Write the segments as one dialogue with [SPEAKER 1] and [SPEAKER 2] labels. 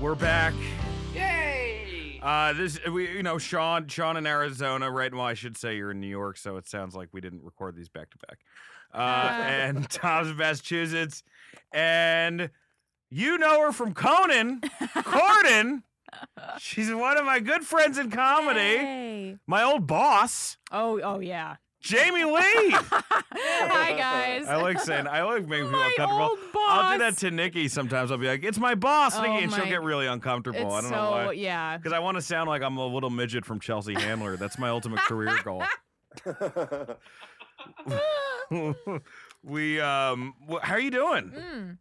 [SPEAKER 1] We're back.
[SPEAKER 2] Yay!
[SPEAKER 1] Uh, this we you know Sean Sean in Arizona, right? Well, I should say you're in New York, so it sounds like we didn't record these back to back. Uh, and Tom's in Massachusetts, and you know her from Conan, Corden. She's one of my good friends in comedy.
[SPEAKER 3] Hey.
[SPEAKER 1] My old boss,
[SPEAKER 3] Oh, oh yeah.
[SPEAKER 1] Jamie Lee.
[SPEAKER 3] Hi guys.
[SPEAKER 1] I like saying I like making people
[SPEAKER 3] My
[SPEAKER 1] uncomfortable.
[SPEAKER 3] old
[SPEAKER 1] I'll do that
[SPEAKER 3] boss.
[SPEAKER 1] to Nikki sometimes. I'll be like, "It's my boss,
[SPEAKER 3] Oh
[SPEAKER 1] Nikki," and she'll
[SPEAKER 3] my-
[SPEAKER 1] get really uncomfortable.
[SPEAKER 3] it's
[SPEAKER 1] I don't
[SPEAKER 3] so
[SPEAKER 1] know why.
[SPEAKER 3] yeah.
[SPEAKER 1] Because I want to sound like I'm a little midget from Chelsea Handler. That's my ultimate career goal. we um, wh- how are you doing?
[SPEAKER 3] Mm.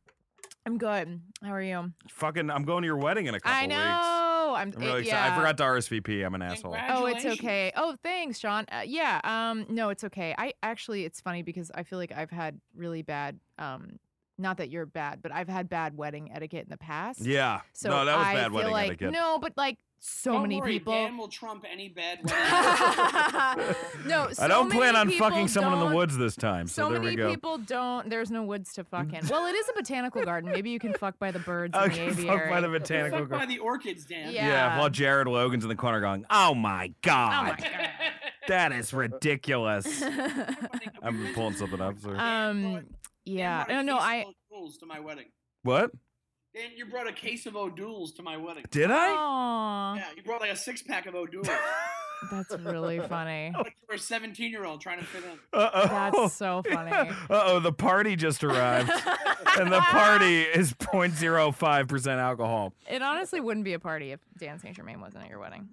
[SPEAKER 3] I'm good. How are you?
[SPEAKER 1] Fucking, I'm going to your wedding in a couple
[SPEAKER 3] I
[SPEAKER 1] weeks.
[SPEAKER 3] know. I'm,
[SPEAKER 1] I'm really
[SPEAKER 3] it-
[SPEAKER 1] excited. I
[SPEAKER 3] yeah.
[SPEAKER 1] forgot to RSVP. I'm an asshole.
[SPEAKER 3] Oh, it's
[SPEAKER 2] Congratulations.
[SPEAKER 3] okay. Oh, thanks, Sean. Uh, yeah. Um, no, it's okay. I actually, it's funny because I feel like I've had really bad. Um, not that you're bad, but I've had bad wedding etiquette in the past.
[SPEAKER 1] Yeah.
[SPEAKER 3] So
[SPEAKER 1] no, that was
[SPEAKER 3] I
[SPEAKER 1] bad
[SPEAKER 3] feel
[SPEAKER 1] wedding
[SPEAKER 3] like,
[SPEAKER 1] etiquette.
[SPEAKER 3] No, but like so
[SPEAKER 2] Don't
[SPEAKER 3] many
[SPEAKER 2] worry,
[SPEAKER 3] people.
[SPEAKER 2] Dan will trump any bad wedding.
[SPEAKER 3] no,
[SPEAKER 1] I
[SPEAKER 3] so
[SPEAKER 1] don't plan
[SPEAKER 3] many
[SPEAKER 1] on
[SPEAKER 3] people
[SPEAKER 1] fucking someone in
[SPEAKER 3] don't-
[SPEAKER 1] the woods this time. So,
[SPEAKER 3] So,
[SPEAKER 1] there
[SPEAKER 3] many
[SPEAKER 1] we go.
[SPEAKER 3] people don't. There's no woods to fuck in. Well, it is a botanical garden. Maybe you can fuck by the birds
[SPEAKER 1] Okay,
[SPEAKER 3] in the aviary.
[SPEAKER 1] fuck by the botanical
[SPEAKER 2] Fuck
[SPEAKER 1] garden.
[SPEAKER 2] by the orchids, Dan.
[SPEAKER 3] Yeah.
[SPEAKER 1] Yeah. while Jared Logan's in the corner going, "Oh my
[SPEAKER 3] oh
[SPEAKER 1] god,
[SPEAKER 3] my god.
[SPEAKER 1] that is ridiculous."
[SPEAKER 2] Everybody-
[SPEAKER 1] I'm pulling something up. Sorry.
[SPEAKER 2] Dan brought-
[SPEAKER 3] um.
[SPEAKER 2] Dan
[SPEAKER 3] Yeah.
[SPEAKER 2] brought
[SPEAKER 3] No.
[SPEAKER 2] a
[SPEAKER 3] No.
[SPEAKER 2] case
[SPEAKER 3] I.
[SPEAKER 2] of O'Doul's to my wedding.
[SPEAKER 1] what
[SPEAKER 2] Dan, you brought a case of O'Doul's to my wedding.
[SPEAKER 1] did I?
[SPEAKER 3] Aw,
[SPEAKER 2] Yeah, you brought like a six pack of O'Doul's.
[SPEAKER 3] Oh. that's really funny.
[SPEAKER 2] like you were a 17 year old trying to fit in.
[SPEAKER 1] Uh oh.
[SPEAKER 3] That's so funny.
[SPEAKER 1] Uh oh, the party just arrived, and the party is 0.05 percent alcohol.
[SPEAKER 3] It honestly wouldn't be a party if Dan Saint Germain wasn't at your wedding.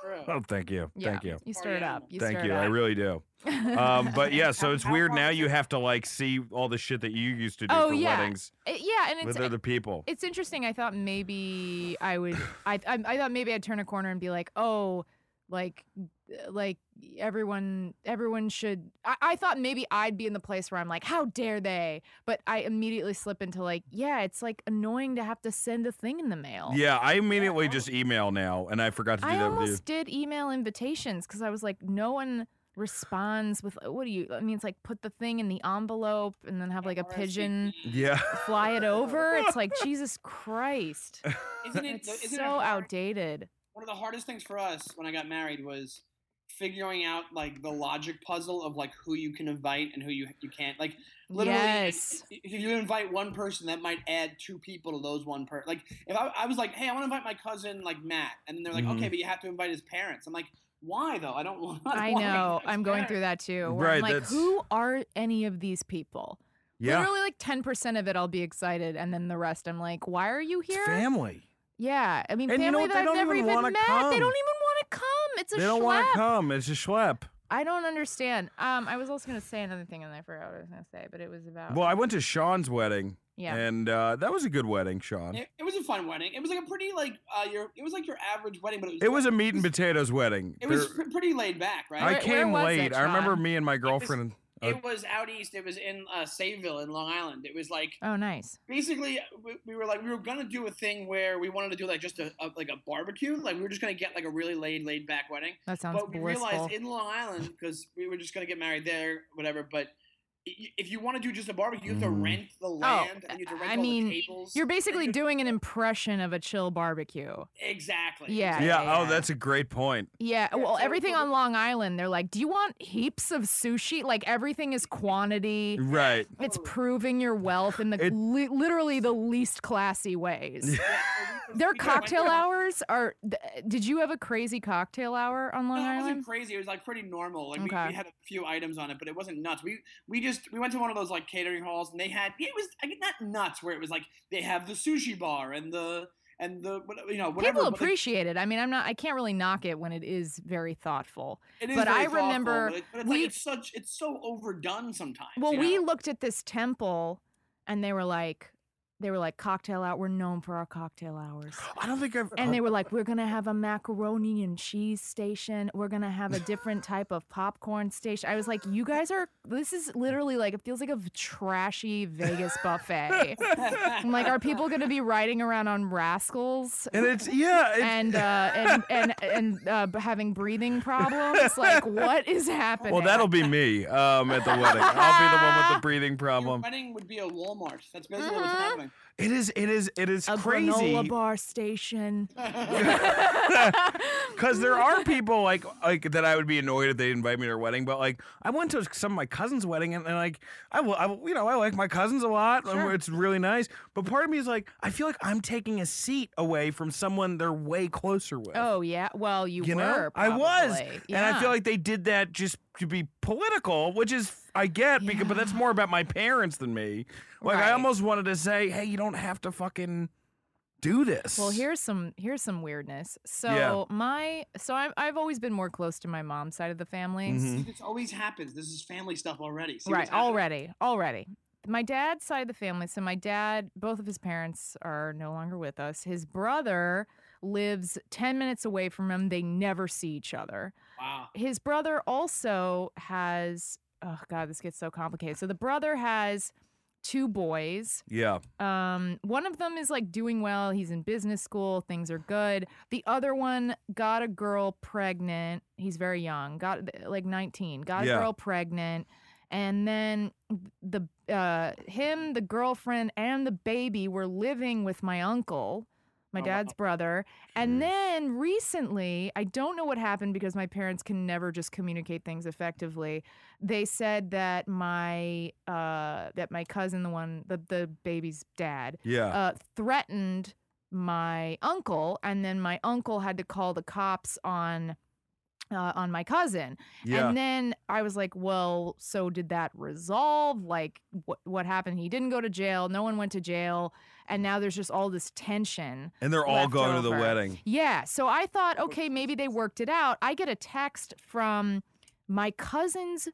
[SPEAKER 2] True.
[SPEAKER 1] Oh, thank you,
[SPEAKER 3] Yeah,
[SPEAKER 1] thank you,
[SPEAKER 3] You stir it
[SPEAKER 2] Party
[SPEAKER 3] up. You
[SPEAKER 1] thank
[SPEAKER 3] stir
[SPEAKER 1] you.
[SPEAKER 3] It
[SPEAKER 1] I
[SPEAKER 3] up.
[SPEAKER 1] really do. Um, but yeah, so it's
[SPEAKER 2] How
[SPEAKER 1] weird
[SPEAKER 2] far
[SPEAKER 1] now.
[SPEAKER 2] is
[SPEAKER 1] You
[SPEAKER 2] it?
[SPEAKER 1] have to like see all the shit that you used to do
[SPEAKER 3] Oh,
[SPEAKER 1] for
[SPEAKER 3] yeah.
[SPEAKER 1] weddings
[SPEAKER 3] It- yeah, and
[SPEAKER 1] with
[SPEAKER 3] it's
[SPEAKER 1] other people.
[SPEAKER 3] it's interesting. I thought maybe I would. I, I I thought maybe I'd turn a corner and be like, oh, like uh, like everyone everyone should. I, I thought maybe I'd be in the place where I'm like, how dare they? But I immediately slip into like, yeah, it's like annoying to have to send a thing in the mail.
[SPEAKER 1] Yeah, I immediately just email now, and I forgot to do
[SPEAKER 3] I
[SPEAKER 1] that with you.
[SPEAKER 3] almost did email invitations because I was like, no one responds with uh, what do you? I mean, it's like put the thing in the envelope and then have like
[SPEAKER 2] E.
[SPEAKER 3] a pigeon
[SPEAKER 1] Yeah.
[SPEAKER 3] fly it over. It's like Jesus Christ.
[SPEAKER 2] Isn't it,
[SPEAKER 3] It's
[SPEAKER 2] isn't it
[SPEAKER 3] so
[SPEAKER 2] hard-
[SPEAKER 3] outdated.
[SPEAKER 2] One of the hardest things for us when I got married was figuring out like the logic puzzle of like who you can invite and who you you can't. Like literally,
[SPEAKER 3] yes.
[SPEAKER 2] i- if you invite one person, that might add two people to those one person. Like if I, I was like, hey, I want to invite my cousin like Matt, and then they're like,
[SPEAKER 1] Mhm.
[SPEAKER 2] okay, but you have to invite his parents. I'm like, why though? I don't want.
[SPEAKER 3] I
[SPEAKER 2] don't wanna
[SPEAKER 3] know.
[SPEAKER 2] invite his
[SPEAKER 3] I'm going
[SPEAKER 2] parents."
[SPEAKER 3] through that too. Where
[SPEAKER 1] Right,
[SPEAKER 3] I'm like,
[SPEAKER 1] that's-
[SPEAKER 3] who are any of these people?
[SPEAKER 1] Yeah.
[SPEAKER 3] Literally like 10% of it I'll be excited and then the rest I'm like, why are you
[SPEAKER 1] It's
[SPEAKER 3] here?
[SPEAKER 1] family.
[SPEAKER 3] Yeah. I mean
[SPEAKER 1] And you know
[SPEAKER 3] family
[SPEAKER 1] what? They
[SPEAKER 3] that
[SPEAKER 1] don't
[SPEAKER 3] I've never
[SPEAKER 1] even
[SPEAKER 3] even,
[SPEAKER 1] wanna
[SPEAKER 3] met. They
[SPEAKER 1] come.
[SPEAKER 3] don't even want to come. It's a
[SPEAKER 1] They don't
[SPEAKER 3] schlep.
[SPEAKER 1] want to come. It's a schlep.
[SPEAKER 3] I don't understand. Um I was also gonna say another thing and I forgot what I was gonna say, but it was about
[SPEAKER 1] Well, I went to Sean's wedding,
[SPEAKER 3] Oh. Yeah.
[SPEAKER 1] and uh, that was a good wedding, Sean.
[SPEAKER 2] It, it was a fun wedding. It was like a pretty like uh, your. It was like your average wedding, but it was.
[SPEAKER 1] It was a meat and potatoes wedding.
[SPEAKER 2] It was
[SPEAKER 1] There-
[SPEAKER 2] pr- pretty laid back, right?
[SPEAKER 1] I
[SPEAKER 3] Where-
[SPEAKER 1] came
[SPEAKER 3] where was
[SPEAKER 1] late.
[SPEAKER 3] it,
[SPEAKER 1] I remember
[SPEAKER 3] Sean?
[SPEAKER 1] me and my girlfriend. uh,
[SPEAKER 2] It was out east. It was in uh, Sayville in Long Island. It was like
[SPEAKER 3] Oh nice.
[SPEAKER 2] basically we, we were like we were gonna do a thing where we wanted to do like just a, a like a barbecue. Like we were just gonna get like a really laid laid back wedding.
[SPEAKER 3] That sounds
[SPEAKER 2] but we
[SPEAKER 3] blissful.
[SPEAKER 2] realized in Long Island because we were just gonna get married there, whatever. But i- if you want to do just a barbecue, you have to
[SPEAKER 1] Mhm.
[SPEAKER 2] rent the land and you have to
[SPEAKER 3] Oh, I
[SPEAKER 2] rent all
[SPEAKER 3] mean,
[SPEAKER 2] the tables.
[SPEAKER 3] You're basically doing an impression of a chill barbecue.
[SPEAKER 2] exactly.
[SPEAKER 3] Yeah,
[SPEAKER 1] yeah. Oh,
[SPEAKER 3] yeah.
[SPEAKER 1] that's a great point.
[SPEAKER 3] Yeah,
[SPEAKER 2] Yeah,
[SPEAKER 3] well,
[SPEAKER 2] so-
[SPEAKER 3] everything
[SPEAKER 2] so
[SPEAKER 3] on Long Island, they're like, do you want heaps of sushi? Like, everything is quantity.
[SPEAKER 1] Right.
[SPEAKER 3] It's
[SPEAKER 2] Totally.
[SPEAKER 3] proving your wealth in the
[SPEAKER 1] It-
[SPEAKER 3] li- literally the least classy ways.
[SPEAKER 2] Yeah, so we-
[SPEAKER 3] Their
[SPEAKER 2] we got-
[SPEAKER 3] cocktail hours are. Th- did you have a crazy cocktail hour on Long
[SPEAKER 2] No, it
[SPEAKER 3] Island?
[SPEAKER 2] wasn't crazy. It was like pretty normal. Like
[SPEAKER 3] Okay.
[SPEAKER 2] we, we had a few items on it, but it wasn't nuts. We we just we went to one of those like catering halls, and they had it was I mean, not nuts where it was like they have the sushi bar and the and the what- you know whatever.
[SPEAKER 3] People
[SPEAKER 2] but, like,
[SPEAKER 3] appreciate it. I mean, I'm not. I can't really knock it when it is very thoughtful.
[SPEAKER 2] it is
[SPEAKER 3] but
[SPEAKER 2] very
[SPEAKER 3] I
[SPEAKER 2] thoughtful,
[SPEAKER 3] remember
[SPEAKER 2] but, it- but it's
[SPEAKER 3] we-
[SPEAKER 2] like it's such it's so overdone sometimes.
[SPEAKER 3] Well,
[SPEAKER 2] you
[SPEAKER 3] we
[SPEAKER 2] know?
[SPEAKER 3] looked at this temple, and they were like, they were like cocktail hour. We're known for our cocktail hours.
[SPEAKER 1] I don't think I've. Oh.
[SPEAKER 3] And they were like, we're going to have a macaroni and cheese station. We're going to have a different type of popcorn station. I was like, you guys are, this is literally like, it feels like a v- trashy Vegas buffet. I'm like, are people going to be riding around on rascals?
[SPEAKER 1] and it's yeah. It,
[SPEAKER 3] And uh, and and and uh, b- having breathing problems, like what is happening?
[SPEAKER 1] well, that'll be me um, at the wedding. I'll be the one with the breathing
[SPEAKER 2] Your
[SPEAKER 1] problem.
[SPEAKER 2] wedding would be a Walmart. That's basically what's
[SPEAKER 3] Mhm.
[SPEAKER 2] happening.
[SPEAKER 1] It is. It is. It is
[SPEAKER 3] a granola
[SPEAKER 1] crazy. Uh,
[SPEAKER 3] bar station.
[SPEAKER 1] Because there are people like like that I would be annoyed if they didn't invite me to their wedding, but like I went to some of my cousin's wedding and, and like I will, I will- you know I like my cousins a lot. and
[SPEAKER 3] Sure.
[SPEAKER 1] It's really nice, but part of me is like I feel like I'm taking a seat away from someone they're way closer with.
[SPEAKER 3] Oh yeah. Well, you,
[SPEAKER 1] You
[SPEAKER 3] were.
[SPEAKER 1] know? I was,
[SPEAKER 3] probably.
[SPEAKER 1] And I
[SPEAKER 3] Yeah.
[SPEAKER 1] feel like they did that just to be political, which is I get, because, but that's more about my parents than me. Like I
[SPEAKER 3] Right.
[SPEAKER 1] almost wanted to say, hey, you don't have to fucking do this.
[SPEAKER 3] Well, here's some here's some weirdness. So
[SPEAKER 1] Yeah.
[SPEAKER 3] my so I'm, I've always been more close to my mom's side of the family.
[SPEAKER 1] Mhm.
[SPEAKER 2] This always happens. This is family stuff already. See what's
[SPEAKER 3] Right,
[SPEAKER 2] happening?
[SPEAKER 3] already, already. My dad's side of the family. So my dad, both of his parents are no longer with us. His brother lives ten minutes away from him. They never see each other.
[SPEAKER 2] Wow.
[SPEAKER 3] his brother also has oh god this gets so complicated so the brother has two boys
[SPEAKER 1] Yeah.
[SPEAKER 3] um one of them is like doing well he's in business school things are good the other one got a girl pregnant he's very young got like 19 got
[SPEAKER 1] Yeah.
[SPEAKER 3] a girl pregnant and then the uh him the girlfriend and the baby were living with my uncle my
[SPEAKER 2] Oh, wow.
[SPEAKER 3] dad's brother
[SPEAKER 1] Mm-hmm. Mm.
[SPEAKER 3] and then recently, I don't know what happened because my parents can never just communicate things effectively. They said that my uh, that my cousin, the one the the baby's dad,
[SPEAKER 1] Yeah.
[SPEAKER 3] uh, threatened my uncle, and then my uncle had to call the cops on uh, on my cousin.
[SPEAKER 1] yeah.
[SPEAKER 3] And then I was like, well, so did that resolve? Like, what what happened? He didn't go to jail. No one went to jail, and now there's just all this tension.
[SPEAKER 1] And they're all
[SPEAKER 3] left
[SPEAKER 1] going to the
[SPEAKER 3] over.
[SPEAKER 1] wedding.
[SPEAKER 3] Yeah. So I thought, okay, maybe they worked it out. I get a text from my cousin's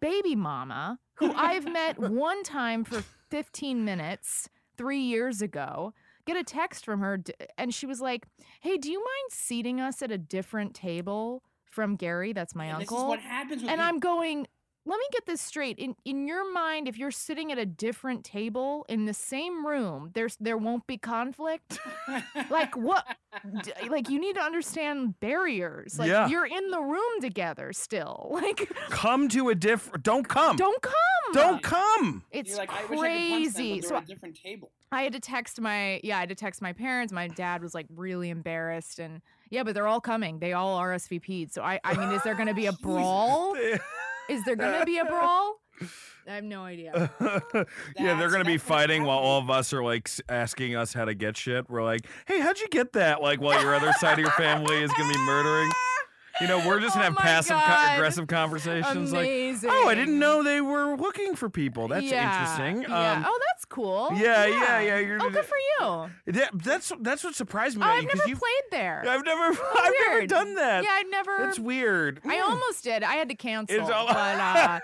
[SPEAKER 3] baby mama, who I've met one time for 15 minutes three years ago. Get a text from her, d- and she was like, hey, do you mind seating us at a different table from Gary? That's my
[SPEAKER 2] and
[SPEAKER 3] uncle
[SPEAKER 2] This is what happens with
[SPEAKER 3] and
[SPEAKER 2] peop-
[SPEAKER 3] I'm going, let me get this straight. In in your mind, if you're sitting at a different table in the same room, there's there won't be conflict. like what? d- Like you need to understand barriers. Like
[SPEAKER 1] Yeah.
[SPEAKER 3] you're in the room together still. Like
[SPEAKER 1] Come to a different. Don't come.
[SPEAKER 3] don't come.
[SPEAKER 1] Don't come.
[SPEAKER 3] It's
[SPEAKER 2] Mm. You're like, I wish I could punch them,
[SPEAKER 3] crazy.
[SPEAKER 2] but
[SPEAKER 3] so
[SPEAKER 2] they're
[SPEAKER 3] I,
[SPEAKER 2] at a different table.
[SPEAKER 3] I had to text my yeah, I had to text my parents. My dad was like really embarrassed and yeah, but they're all coming. They all RSVP'd. So I I mean, is there going to be a
[SPEAKER 2] Jesus.
[SPEAKER 3] brawl? Is there going to be a brawl? I have no idea.
[SPEAKER 1] Uh, yeah, they're
[SPEAKER 2] That's-
[SPEAKER 1] gonna be
[SPEAKER 2] that's what's
[SPEAKER 1] fighting while all
[SPEAKER 2] happening.
[SPEAKER 1] of us are like s- asking us how to get shit. We're like, "Hey, how'd you get that?" Like, while your other side of your family is gonna be murdering. You know, we're just
[SPEAKER 3] Oh
[SPEAKER 1] gonna have
[SPEAKER 3] my
[SPEAKER 1] passive co-
[SPEAKER 3] God.
[SPEAKER 1] aggressive conversations.
[SPEAKER 3] Amazing.
[SPEAKER 1] Like, oh, I didn't know they were looking for people. That's interesting. Um,
[SPEAKER 3] Yeah. oh, that's cool.
[SPEAKER 1] yeah, yeah, yeah, you're-
[SPEAKER 3] oh, good for you. Oh,
[SPEAKER 1] that- that's that's what surprised me. about
[SPEAKER 3] I've
[SPEAKER 1] you,
[SPEAKER 3] never
[SPEAKER 1] 'cause
[SPEAKER 3] played
[SPEAKER 1] you've-
[SPEAKER 3] there.
[SPEAKER 1] I've never, I've never
[SPEAKER 3] Weird.
[SPEAKER 1] done that.
[SPEAKER 3] yeah, I've never.
[SPEAKER 1] That's weird.
[SPEAKER 3] I
[SPEAKER 1] Mm.
[SPEAKER 3] almost did. I had to cancel.
[SPEAKER 1] It's all-
[SPEAKER 3] but uh,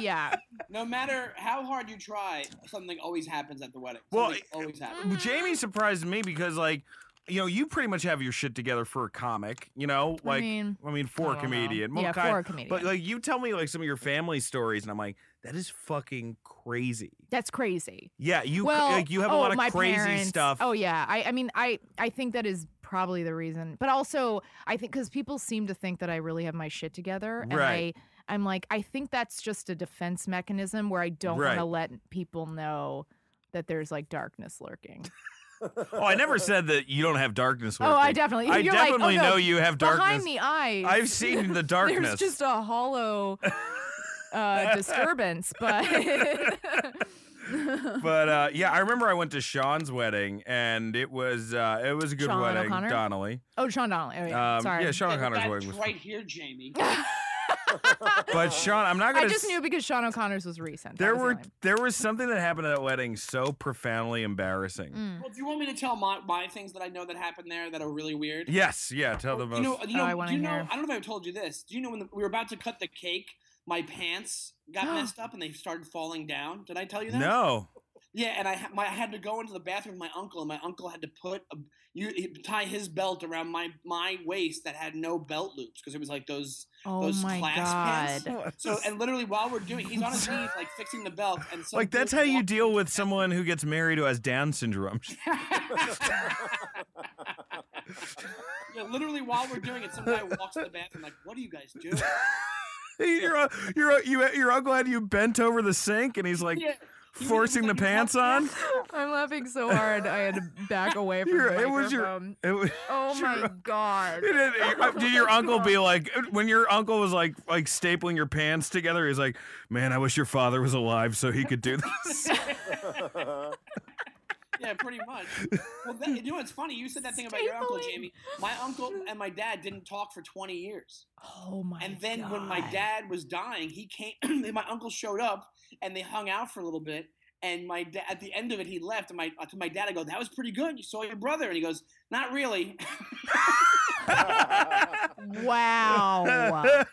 [SPEAKER 3] yeah,
[SPEAKER 2] No matter how hard you try, something always happens at the wedding.
[SPEAKER 1] Well,
[SPEAKER 2] Something always happens.
[SPEAKER 1] Well, Jamie surprised me because like, you know, you pretty much have your shit together for a comic, you know, like I mean,
[SPEAKER 3] mean,
[SPEAKER 1] for a
[SPEAKER 3] I don't know.
[SPEAKER 1] comedian. Well,
[SPEAKER 3] Yeah,
[SPEAKER 1] kind-
[SPEAKER 3] for a comedian.
[SPEAKER 1] But like you tell me like some of your family stories and I'm like, that is fucking crazy.
[SPEAKER 3] that's crazy.
[SPEAKER 1] Yeah, you cr-
[SPEAKER 3] well,
[SPEAKER 1] like you have a
[SPEAKER 3] oh,
[SPEAKER 1] lot of
[SPEAKER 3] my
[SPEAKER 1] crazy
[SPEAKER 3] parents-
[SPEAKER 1] stuff.
[SPEAKER 3] Oh yeah, I, I mean, I, I think that is probably the reason, but also I think because people seem to think that I really have my shit together, and
[SPEAKER 1] Right.
[SPEAKER 3] I, I'm like, I think that's just a defense mechanism where I don't want
[SPEAKER 1] Right.
[SPEAKER 3] to let people know that there's like darkness lurking.
[SPEAKER 1] Oh, I never said that you don't have darkness
[SPEAKER 3] oh,
[SPEAKER 1] working.
[SPEAKER 3] I definitely,
[SPEAKER 1] I
[SPEAKER 3] you're
[SPEAKER 1] definitely
[SPEAKER 3] like, oh, no,
[SPEAKER 1] know you have
[SPEAKER 3] behind
[SPEAKER 1] darkness.
[SPEAKER 3] the eyes.
[SPEAKER 1] I've seen the darkness.
[SPEAKER 3] There's just a hollow uh, disturbance, but
[SPEAKER 1] but uh, yeah, I remember I went to Sean's wedding, and it was uh, it was a good
[SPEAKER 3] Sean
[SPEAKER 1] wedding.
[SPEAKER 3] O'Connor?
[SPEAKER 1] Donnelly,
[SPEAKER 3] oh, Sean Donnelly. Oh, yeah.
[SPEAKER 1] um,
[SPEAKER 3] Sorry.
[SPEAKER 1] yeah, Sean
[SPEAKER 2] Yeah, but
[SPEAKER 1] O'Connor's
[SPEAKER 2] that's
[SPEAKER 1] wedding was.
[SPEAKER 2] right here, Jamie.
[SPEAKER 1] But Sean, I'm not gonna.
[SPEAKER 3] I just
[SPEAKER 1] s-
[SPEAKER 3] knew because Sean O'Connor's was recent. That
[SPEAKER 1] There
[SPEAKER 3] was the
[SPEAKER 1] were
[SPEAKER 3] only one.
[SPEAKER 1] there was something that happened at that wedding so profoundly embarrassing.
[SPEAKER 3] Mm.
[SPEAKER 2] Well, do you want me to tell my, my things that I know that happened there that are really weird?
[SPEAKER 1] Yes, yeah, tell the most.
[SPEAKER 2] You know, you
[SPEAKER 3] Oh,
[SPEAKER 2] know,
[SPEAKER 3] I
[SPEAKER 2] I
[SPEAKER 3] wanna
[SPEAKER 2] do you know,
[SPEAKER 3] hear.
[SPEAKER 2] I don't know if I told you this. Do you know when the, we were about to cut the cake, my pants got messed up and they started falling down? Did I tell you that?
[SPEAKER 1] no,
[SPEAKER 2] Yeah, and I, ha- my, I had to go into the bathroom with my uncle, and my uncle had to put a, you he- tie his belt around my my waist that had no belt loops because it was like those.
[SPEAKER 3] Oh
[SPEAKER 2] those
[SPEAKER 3] my
[SPEAKER 2] class
[SPEAKER 3] god.
[SPEAKER 2] pants. So and literally while we're doing, he's on his knees like fixing the belt, and so
[SPEAKER 1] like that's how you deal with someone who gets married who has Down syndrome.
[SPEAKER 2] yeah, literally while we're doing it, some guy walks to the bathroom like, "What are you guys doing?"
[SPEAKER 1] your your your uncle had you bent over the sink, and he's like,
[SPEAKER 2] Yeah. He was
[SPEAKER 1] forcing the
[SPEAKER 2] like,
[SPEAKER 1] pants on.
[SPEAKER 3] I'm laughing so hard I had to back away from
[SPEAKER 1] You're-
[SPEAKER 3] the
[SPEAKER 1] it was your-
[SPEAKER 3] microphone.
[SPEAKER 1] It was-
[SPEAKER 3] Oh my
[SPEAKER 1] your-
[SPEAKER 3] god.
[SPEAKER 1] It is- uh, Did your
[SPEAKER 3] Oh
[SPEAKER 1] uncle
[SPEAKER 3] God.
[SPEAKER 1] be like when your uncle was like like stapling your pants together? He's like, man, I wish your father was alive so he could do this.
[SPEAKER 2] Yeah, pretty much. Well, that, you know what's funny? You said that thing about your uncle,
[SPEAKER 3] Stapling.
[SPEAKER 2] Jamie. My uncle and my dad didn't talk for 20 years.
[SPEAKER 3] Oh my
[SPEAKER 2] And then when my
[SPEAKER 3] God.
[SPEAKER 2] dad was dying, he came. my uncle showed up, and they hung out for a little bit. And my da- at the end of it, he left. And my I told my dad, I go, "That was pretty good. You saw your brother." And he goes, "Not really."
[SPEAKER 3] Wow.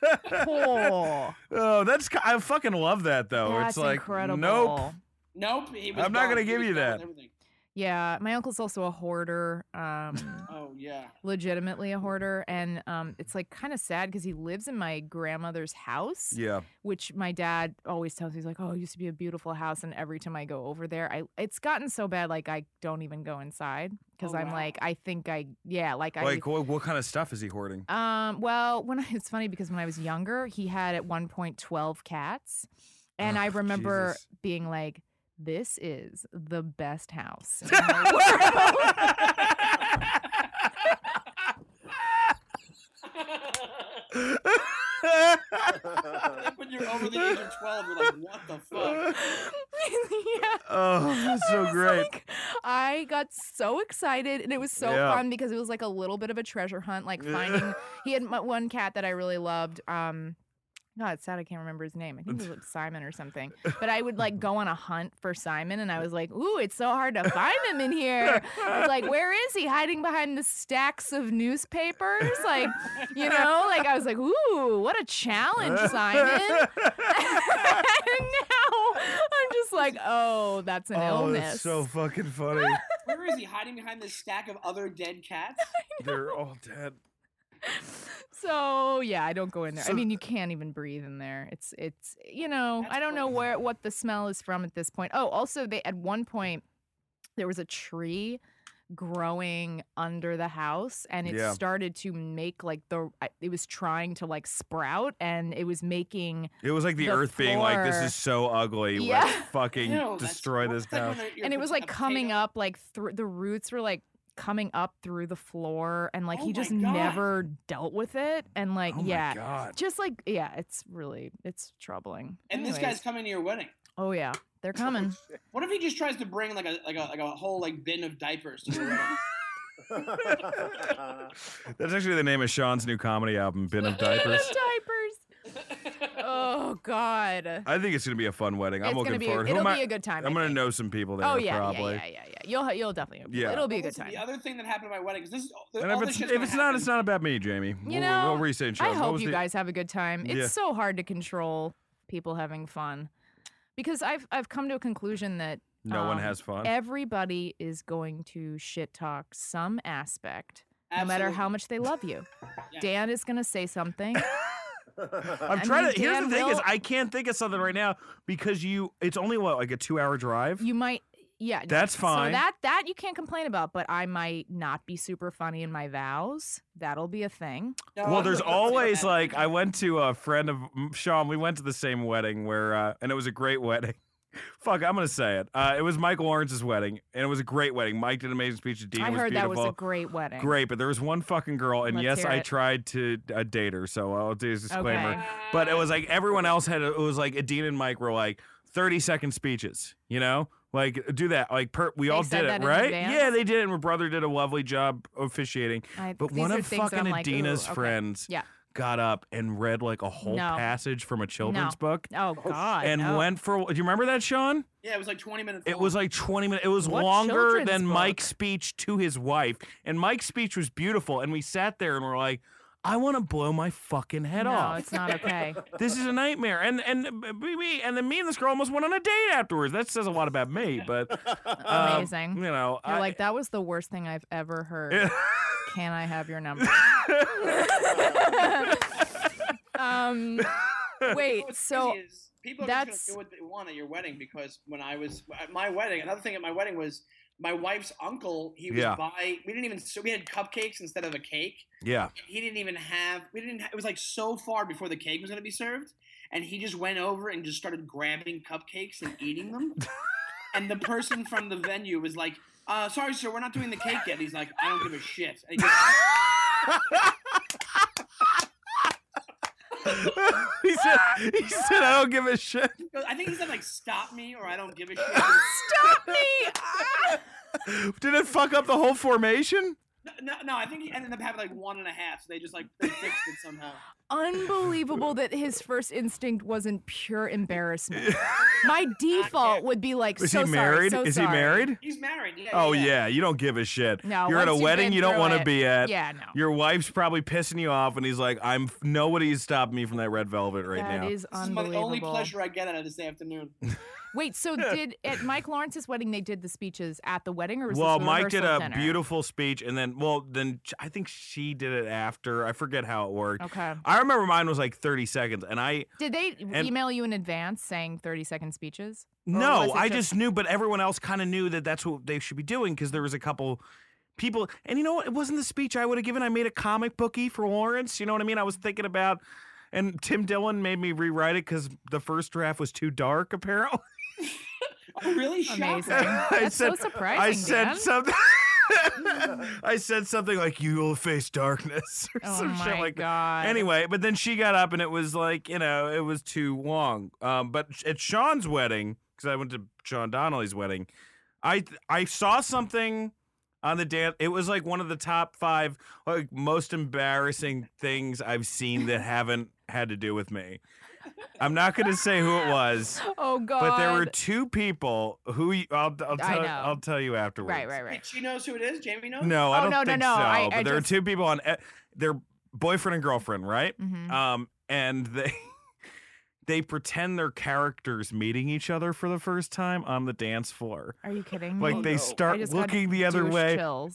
[SPEAKER 3] Cool.
[SPEAKER 1] oh, that's ki- I fucking love that though. it's
[SPEAKER 3] That's
[SPEAKER 1] like
[SPEAKER 3] incredible.
[SPEAKER 1] nope.
[SPEAKER 2] nope. He was
[SPEAKER 1] I'm not
[SPEAKER 2] gone.
[SPEAKER 1] gonna
[SPEAKER 2] He
[SPEAKER 1] give
[SPEAKER 2] was
[SPEAKER 1] you
[SPEAKER 2] gone
[SPEAKER 1] that.
[SPEAKER 2] and everything.
[SPEAKER 3] Yeah, my uncle's also a hoarder. Um
[SPEAKER 2] Oh yeah.
[SPEAKER 3] legitimately a hoarder and um it's like kind of sad because he lives in my grandmother's house
[SPEAKER 1] Yeah.
[SPEAKER 3] which my dad always tells me he's like oh it used to be a beautiful house and every time i go over there i it's gotten so bad like i don't even go inside because
[SPEAKER 2] Oh,
[SPEAKER 3] i'm
[SPEAKER 2] wow.
[SPEAKER 3] like i think i yeah like i
[SPEAKER 1] Like what, what kind of stuff is he hoarding?
[SPEAKER 3] Um, well, when I, it's funny because when I was younger, he had at one point 12 cats. And I
[SPEAKER 1] Ugh,
[SPEAKER 3] remember
[SPEAKER 1] Jesus.
[SPEAKER 3] being like, this is the best house.
[SPEAKER 2] I think when you're over the age of 12, you're like, "What the fuck?"
[SPEAKER 3] yeah.
[SPEAKER 1] oh, that's
[SPEAKER 3] I
[SPEAKER 1] so
[SPEAKER 3] was
[SPEAKER 1] great.
[SPEAKER 3] like- I got so excited, and it was so
[SPEAKER 1] Yeah.
[SPEAKER 3] fun because it was like a little bit of a treasure hunt, like finding. he had my, one cat that I really loved. Um, God, it's sad I can't remember his name. I think it was like Simon or something. But I would like go on a hunt for Simon, and I was like, "Ooh, it's so hard to find him in here." It's like, where is he hiding behind the stacks of newspapers? Like, you know, like I was like, "Ooh, what a challenge, Simon."
[SPEAKER 1] Oh,
[SPEAKER 3] and now I'm just like, oh, that's an
[SPEAKER 1] oh,
[SPEAKER 3] illness.
[SPEAKER 1] that's so fucking funny.
[SPEAKER 2] Where is he hiding behind this stack of other dead cats?
[SPEAKER 1] They're all dead.
[SPEAKER 3] So, yeah, I don't go in there. I
[SPEAKER 1] So-
[SPEAKER 3] mean, you can't even breathe in there. It's it's you know,
[SPEAKER 2] That's
[SPEAKER 3] I don't know
[SPEAKER 2] gross.
[SPEAKER 3] where what the smell is from at this point. Oh, also they at one point there was a tree growing under the house and it
[SPEAKER 1] Yeah.
[SPEAKER 3] started to make like the I- it was trying to like sprout and it was making
[SPEAKER 1] It was like the,
[SPEAKER 3] The
[SPEAKER 1] earth being like, "This
[SPEAKER 3] floor.
[SPEAKER 1] is so ugly. Let's
[SPEAKER 3] Yeah.
[SPEAKER 1] fucking
[SPEAKER 2] Ew, that's-
[SPEAKER 1] destroy
[SPEAKER 2] well,
[SPEAKER 1] this
[SPEAKER 2] it's like when
[SPEAKER 1] house."
[SPEAKER 2] they're- you're
[SPEAKER 3] and it
[SPEAKER 2] pot-
[SPEAKER 3] was
[SPEAKER 2] a
[SPEAKER 3] like coming
[SPEAKER 2] potato.
[SPEAKER 3] up like through the roots were like coming up through the floor and like
[SPEAKER 2] Oh
[SPEAKER 3] he
[SPEAKER 2] my
[SPEAKER 3] just
[SPEAKER 2] God.
[SPEAKER 3] never dealt with it and like
[SPEAKER 1] oh
[SPEAKER 3] yeah
[SPEAKER 1] my god.
[SPEAKER 3] just like yeah it's really it's troubling
[SPEAKER 2] And this
[SPEAKER 3] Anyways.
[SPEAKER 2] guy's coming to your wedding.
[SPEAKER 3] oh yeah they're coming
[SPEAKER 2] What if he just tries to bring like a like a like a whole like bin of diapers? To your wedding?
[SPEAKER 1] That's actually the name of Sean's new comedy album, Bin of Diapers.
[SPEAKER 3] diapers oh god
[SPEAKER 1] I think it's gonna be a fun wedding. I'm
[SPEAKER 3] it's
[SPEAKER 1] looking
[SPEAKER 3] gonna be
[SPEAKER 1] forward.
[SPEAKER 3] a,
[SPEAKER 1] Who
[SPEAKER 3] it'll
[SPEAKER 1] am
[SPEAKER 3] be
[SPEAKER 1] I?
[SPEAKER 3] a good time I
[SPEAKER 1] I'm gonna
[SPEAKER 3] think.
[SPEAKER 1] know some people there
[SPEAKER 3] oh yeah,
[SPEAKER 1] probably.
[SPEAKER 3] yeah yeah yeah yeah you'll you'll definitely
[SPEAKER 1] Yeah.
[SPEAKER 3] it'll be a good
[SPEAKER 2] Listen,
[SPEAKER 3] time
[SPEAKER 2] The other thing that happened at my wedding because this is the,
[SPEAKER 1] And
[SPEAKER 2] all
[SPEAKER 1] if
[SPEAKER 2] this
[SPEAKER 1] it's,
[SPEAKER 2] shit's
[SPEAKER 1] if
[SPEAKER 2] gonna
[SPEAKER 1] it's not, it's
[SPEAKER 2] happen.
[SPEAKER 1] not about me, Jamie. we'll,
[SPEAKER 3] know,
[SPEAKER 1] we'll research.
[SPEAKER 3] I
[SPEAKER 1] Sean. What
[SPEAKER 3] hope
[SPEAKER 1] was
[SPEAKER 3] you
[SPEAKER 1] the-
[SPEAKER 3] guys have a good time. It's
[SPEAKER 1] Yeah.
[SPEAKER 3] so hard to control people having fun because I've I've come to a conclusion that
[SPEAKER 1] No one
[SPEAKER 3] um,
[SPEAKER 1] has fun.
[SPEAKER 3] everybody is going to shit talk some aspect, no matter
[SPEAKER 2] Absolutely.
[SPEAKER 3] how much they love you.
[SPEAKER 2] Yeah.
[SPEAKER 3] Dan is going to say something. um,
[SPEAKER 1] I'm
[SPEAKER 3] I
[SPEAKER 1] trying
[SPEAKER 3] mean,
[SPEAKER 1] to. Here's the
[SPEAKER 3] Dan
[SPEAKER 1] thing: is
[SPEAKER 3] will-
[SPEAKER 1] I can't think of something right now because you. It's only what like a two-hour drive.
[SPEAKER 3] You might, yeah.
[SPEAKER 1] That's fine.
[SPEAKER 3] So that that you can't complain about, but I might not be super funny in my vows. That'll be a thing.
[SPEAKER 2] No,
[SPEAKER 1] well,
[SPEAKER 2] I'm
[SPEAKER 1] there's
[SPEAKER 2] not gonna say
[SPEAKER 1] always
[SPEAKER 2] that.
[SPEAKER 1] like I went to a friend of m- Sean. We went to the same wedding where, uh, and it was a great wedding. Fuck, I'm gonna say it. Uh, it was Michael Lawrence's wedding, and it was a great wedding. Mike did an amazing speech. Dean
[SPEAKER 3] I
[SPEAKER 1] was
[SPEAKER 3] heard that
[SPEAKER 1] beautiful.
[SPEAKER 3] was a great wedding.
[SPEAKER 1] great, but there was one fucking girl, and
[SPEAKER 3] Let's
[SPEAKER 1] yes,
[SPEAKER 3] hear
[SPEAKER 1] I
[SPEAKER 3] it.
[SPEAKER 1] tried to uh, date her, so I'll do a disclaimer.
[SPEAKER 3] Okay.
[SPEAKER 1] But it was like everyone else had. It was like Adina and Mike were like thirty second speeches. You know, like do that. Like per, we
[SPEAKER 3] They
[SPEAKER 1] all
[SPEAKER 3] said
[SPEAKER 1] did it,
[SPEAKER 3] that in
[SPEAKER 1] right?
[SPEAKER 3] advance?
[SPEAKER 1] Yeah, they did. it, And my brother did a lovely job officiating.
[SPEAKER 3] I,
[SPEAKER 1] But
[SPEAKER 3] these
[SPEAKER 1] one
[SPEAKER 3] are
[SPEAKER 1] of
[SPEAKER 3] things that
[SPEAKER 1] fucking
[SPEAKER 3] I'm like, ooh,
[SPEAKER 1] Adina's
[SPEAKER 3] okay.
[SPEAKER 1] friends
[SPEAKER 3] Yeah.
[SPEAKER 1] got up and read like a whole
[SPEAKER 3] No.
[SPEAKER 1] passage from a children's book.
[SPEAKER 3] Oh God!
[SPEAKER 1] And
[SPEAKER 3] no.
[SPEAKER 1] went for. Do you remember that, Sean?
[SPEAKER 2] yeah, it was like 20 minutes.
[SPEAKER 1] It was like 20 minutes. It was
[SPEAKER 3] What
[SPEAKER 1] longer
[SPEAKER 3] children's
[SPEAKER 1] than Mike's
[SPEAKER 3] book?
[SPEAKER 1] speech to his wife. And Mike's speech was beautiful. And we sat there and were like, I want to blow my fucking head
[SPEAKER 3] no,
[SPEAKER 1] off.
[SPEAKER 3] it's not okay.
[SPEAKER 1] This is a nightmare. And and uh, we- we and then me and this girl almost went on a date afterwards. That says a lot about me, but um,
[SPEAKER 3] Amazing.
[SPEAKER 1] you know,
[SPEAKER 3] You're
[SPEAKER 1] I,
[SPEAKER 3] like, that was the worst thing I've ever heard. Can I have your number? um, wait, so
[SPEAKER 2] people are
[SPEAKER 3] that's-
[SPEAKER 2] just gonna do what they want at your wedding because when I was at my wedding, another thing at my wedding was my wife's uncle. He was
[SPEAKER 1] Yeah.
[SPEAKER 2] by. We didn't even. So we had cupcakes instead of a cake.
[SPEAKER 1] yeah.
[SPEAKER 2] He didn't even have. We didn't. It was like so far before the cake was gonna be served, and he just went over and just started grabbing cupcakes and eating them. and the person from the venue was like, uh, sorry, sir, we're not doing the cake yet. He's like, I don't give a shit. And he goes,
[SPEAKER 1] he said, he said, I don't give a shit.
[SPEAKER 2] I think he said like, stop me or I don't give a shit.
[SPEAKER 3] Stop me! Ah!
[SPEAKER 1] Did it fuck up the whole formation?
[SPEAKER 2] No, no, no, I think he ended up having like one and a half. So they just like they fixed it somehow.
[SPEAKER 3] Unbelievable that his first instinct wasn't pure embarrassment. My default would be like,
[SPEAKER 1] Is
[SPEAKER 3] so
[SPEAKER 1] he
[SPEAKER 3] sorry,
[SPEAKER 1] married?
[SPEAKER 3] so
[SPEAKER 1] Is he
[SPEAKER 3] sorry."
[SPEAKER 1] married?
[SPEAKER 2] He's married. Yeah,
[SPEAKER 1] Oh yeah, you don't give a shit.
[SPEAKER 3] No,
[SPEAKER 1] you're at a
[SPEAKER 3] once you've
[SPEAKER 1] wedding
[SPEAKER 3] been
[SPEAKER 1] you don't
[SPEAKER 3] through
[SPEAKER 1] want to
[SPEAKER 3] it-
[SPEAKER 1] be at.
[SPEAKER 3] Yeah, no.
[SPEAKER 1] Your wife's probably pissing you off, and he's like, "I'm nobody's stopping me from that red velvet right
[SPEAKER 3] That
[SPEAKER 1] now."
[SPEAKER 3] is
[SPEAKER 2] This is my, the
[SPEAKER 3] unbelievable.
[SPEAKER 2] only pleasure I get out of this afternoon.
[SPEAKER 3] Wait, so did at Mike Lawrence's wedding they did the speeches at the wedding, or was
[SPEAKER 1] well,
[SPEAKER 3] this a
[SPEAKER 1] Mike did
[SPEAKER 3] rehearsal
[SPEAKER 1] a
[SPEAKER 3] dinner?
[SPEAKER 1] beautiful speech, and then well, then sh- I think she did it after. I forget how it worked.
[SPEAKER 3] Okay.
[SPEAKER 1] I remember mine was like 30 seconds, and I
[SPEAKER 3] Did they
[SPEAKER 1] And-
[SPEAKER 3] email you in advance saying thirty second speeches? Or was
[SPEAKER 1] no,
[SPEAKER 3] it
[SPEAKER 1] I
[SPEAKER 3] just-
[SPEAKER 1] just knew, but everyone else kind of knew that that's what they should be doing because there was a couple people, and you know what? It wasn't the speech I would have given. I made a comic booky for Lawrence. You know what I mean? I was thinking about, and Tim Dillon made me rewrite it because the first draft was too dark. Apparently,
[SPEAKER 2] Oh, really? Shocking.
[SPEAKER 3] Amazing.
[SPEAKER 1] I
[SPEAKER 3] That's so
[SPEAKER 1] said-
[SPEAKER 3] surprising.
[SPEAKER 1] I said
[SPEAKER 3] Dan.
[SPEAKER 1] something. I said something like "You will face darkness" or
[SPEAKER 3] Oh
[SPEAKER 1] some
[SPEAKER 3] my
[SPEAKER 1] shit like that.
[SPEAKER 3] god.
[SPEAKER 1] Anyway, but then she got up and it was like, you know, it was too long. Um, but at Sean's wedding, because I went to Sean Donnelly's wedding, I I saw something on the dance. It was like one of the top five like most embarrassing things I've seen that haven't had to do with me. I'm not gonna say who it was,
[SPEAKER 3] Oh god.
[SPEAKER 1] but there were two people who y- I'll I'll
[SPEAKER 3] I
[SPEAKER 1] tell,
[SPEAKER 3] know.
[SPEAKER 1] I'll tell you afterwards.
[SPEAKER 3] right, right, right.
[SPEAKER 2] She knows who it is. Jamie knows.
[SPEAKER 1] No, I
[SPEAKER 3] Oh,
[SPEAKER 1] don't
[SPEAKER 3] no, no,
[SPEAKER 1] think
[SPEAKER 3] no,
[SPEAKER 1] so.
[SPEAKER 3] I-
[SPEAKER 1] but
[SPEAKER 3] I
[SPEAKER 1] there
[SPEAKER 3] just-
[SPEAKER 1] are two people on. eh, They're boyfriend and girlfriend, right?
[SPEAKER 3] Mm-hmm.
[SPEAKER 1] Um, and they they pretend they're characters meeting each other for the first time on the dance floor.
[SPEAKER 3] Are you kidding me?
[SPEAKER 1] Like they
[SPEAKER 2] no.
[SPEAKER 3] I
[SPEAKER 1] start
[SPEAKER 3] Oh, just had
[SPEAKER 1] looking the other
[SPEAKER 3] douche
[SPEAKER 1] way
[SPEAKER 3] Chills.